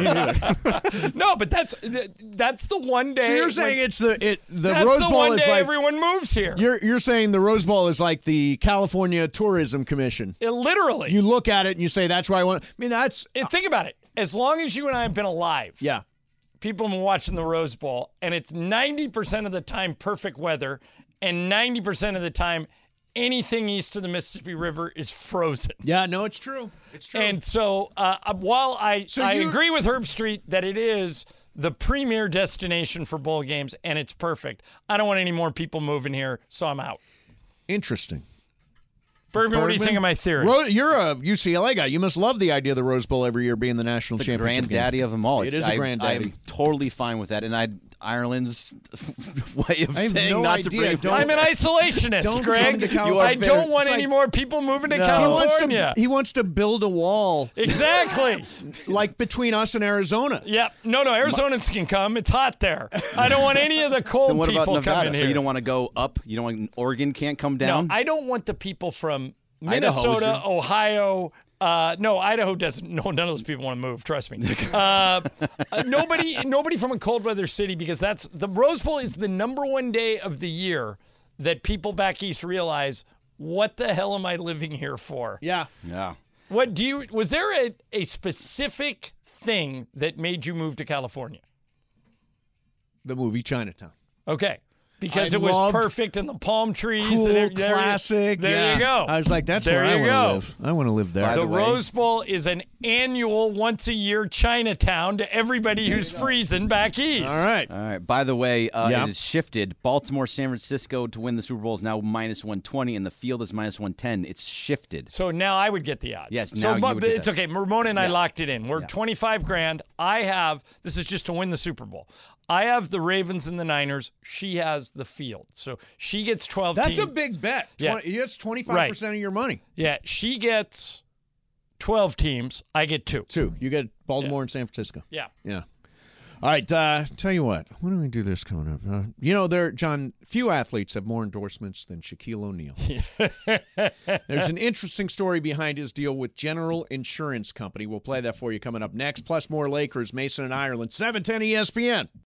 Speaker 2: no, but that's that's the one day.
Speaker 1: So you're saying it's the it the
Speaker 2: That's
Speaker 1: Rose
Speaker 2: the
Speaker 1: Bowl
Speaker 2: one
Speaker 1: is
Speaker 2: day
Speaker 1: like
Speaker 2: everyone moves here.
Speaker 1: you're you're saying the Rose Bowl is like the California Tourism Commission.
Speaker 2: It literally.
Speaker 1: You look at it and you say that's why I want. I mean that's
Speaker 2: And think about it. As long as you and I have been alive,
Speaker 1: yeah.
Speaker 2: people have been watching the Rose Bowl, and it's 90% of the time perfect weather, and 90% of the time anything east of the Mississippi River is frozen.
Speaker 1: Yeah, no, it's true. It's true.
Speaker 2: And so uh, uh, while I,
Speaker 1: So
Speaker 2: I
Speaker 1: you're-
Speaker 2: agree with Herb Street that it is the premier destination for bowl games and it's perfect, I don't want any more people moving here, so I'm out.
Speaker 1: Interesting.
Speaker 2: Bergman, what do you think of my theory?
Speaker 1: Ro- you're a UCLA guy. You must love the idea of the Rose Bowl every year being the national
Speaker 3: the
Speaker 1: championship.
Speaker 3: granddaddy
Speaker 1: game.
Speaker 3: of them all.
Speaker 1: It is
Speaker 3: I-
Speaker 1: a granddaddy.
Speaker 3: I'm totally fine with that, and I Ireland's way of
Speaker 1: I have
Speaker 3: saying
Speaker 1: no
Speaker 3: not
Speaker 1: idea.
Speaker 3: to bring.
Speaker 1: Don't-
Speaker 2: I'm an isolationist,
Speaker 1: Don't come
Speaker 2: Greg.
Speaker 1: to
Speaker 2: You are I
Speaker 1: California.
Speaker 2: don't want
Speaker 1: It's
Speaker 2: any
Speaker 1: like-
Speaker 2: more people moving to
Speaker 1: He wants to-
Speaker 2: California.
Speaker 1: He wants to build a wall.
Speaker 2: Exactly.
Speaker 1: like between us and Arizona.
Speaker 2: Yep. No, no. Arizonans can come. It's hot there. I don't want any of the cold
Speaker 3: Then what
Speaker 2: people
Speaker 3: about Nevada?
Speaker 2: coming
Speaker 3: So
Speaker 2: here.
Speaker 3: you don't want to go up? You don't want Oregon can't come
Speaker 2: no,
Speaker 3: down?
Speaker 2: I don't want the people from
Speaker 3: Idaho is
Speaker 2: Minnesota,
Speaker 3: your-
Speaker 2: Ohio. Uh, no, Idaho doesn't. No, none of those people want to move. Trust me. Uh, uh, nobody, nobody from a cold weather city because that's the Rose Bowl is the number one day of the year that people back east realize what the hell am I living here for?
Speaker 1: Yeah.
Speaker 3: yeah.
Speaker 2: What do you? Was there a, a specific thing that made you move to California?
Speaker 1: The movie Chinatown.
Speaker 2: Okay. Because
Speaker 1: I
Speaker 2: it was
Speaker 1: loved
Speaker 2: perfect in the palm trees.
Speaker 1: Cool,
Speaker 2: and it- there,
Speaker 1: classic.
Speaker 2: There
Speaker 1: yeah.
Speaker 2: you go.
Speaker 1: I was like, that's
Speaker 2: there
Speaker 1: where I
Speaker 2: you
Speaker 1: want
Speaker 2: go.
Speaker 1: to live. I want to live there.
Speaker 2: the Rose Bowl is an annual, once a year Chinatown to everybody who's freezing back east.
Speaker 1: right.
Speaker 3: All right. By the way, uh,
Speaker 2: Yeah.
Speaker 3: it is shifted. Baltimore, San Francisco to win the Super Bowl is now minus 120, and the field is minus 110. It's shifted.
Speaker 2: So now I would get the odds.
Speaker 3: Yes,
Speaker 2: So,
Speaker 3: now you
Speaker 2: but
Speaker 3: would
Speaker 2: but
Speaker 3: get
Speaker 2: it's
Speaker 3: that.
Speaker 2: okay. Ramona and I locked it in. We're 25 grand. I have, this is just to win the Super Bowl. I have the Ravens and the Niners. She has the field. So she gets 12
Speaker 1: That's a
Speaker 2: team-
Speaker 1: big bet.
Speaker 2: Yeah.
Speaker 1: Twenty- That's twenty five
Speaker 2: Right.
Speaker 1: percent of your money.
Speaker 2: Yeah, she gets 12 teams. I get two.
Speaker 1: Two. You get Baltimore and San Francisco.
Speaker 2: Yeah.
Speaker 1: Yeah. All right. Uh, tell you what. Why don't we do this coming up? Uh, you know, there, John. Few athletes have more endorsements than Shaquille O'Neal. There's an interesting story behind his deal with General Insurance Company. We'll play that for you coming up next. Plus more Lakers, Mason and Ireland. Seven ten E ESPN.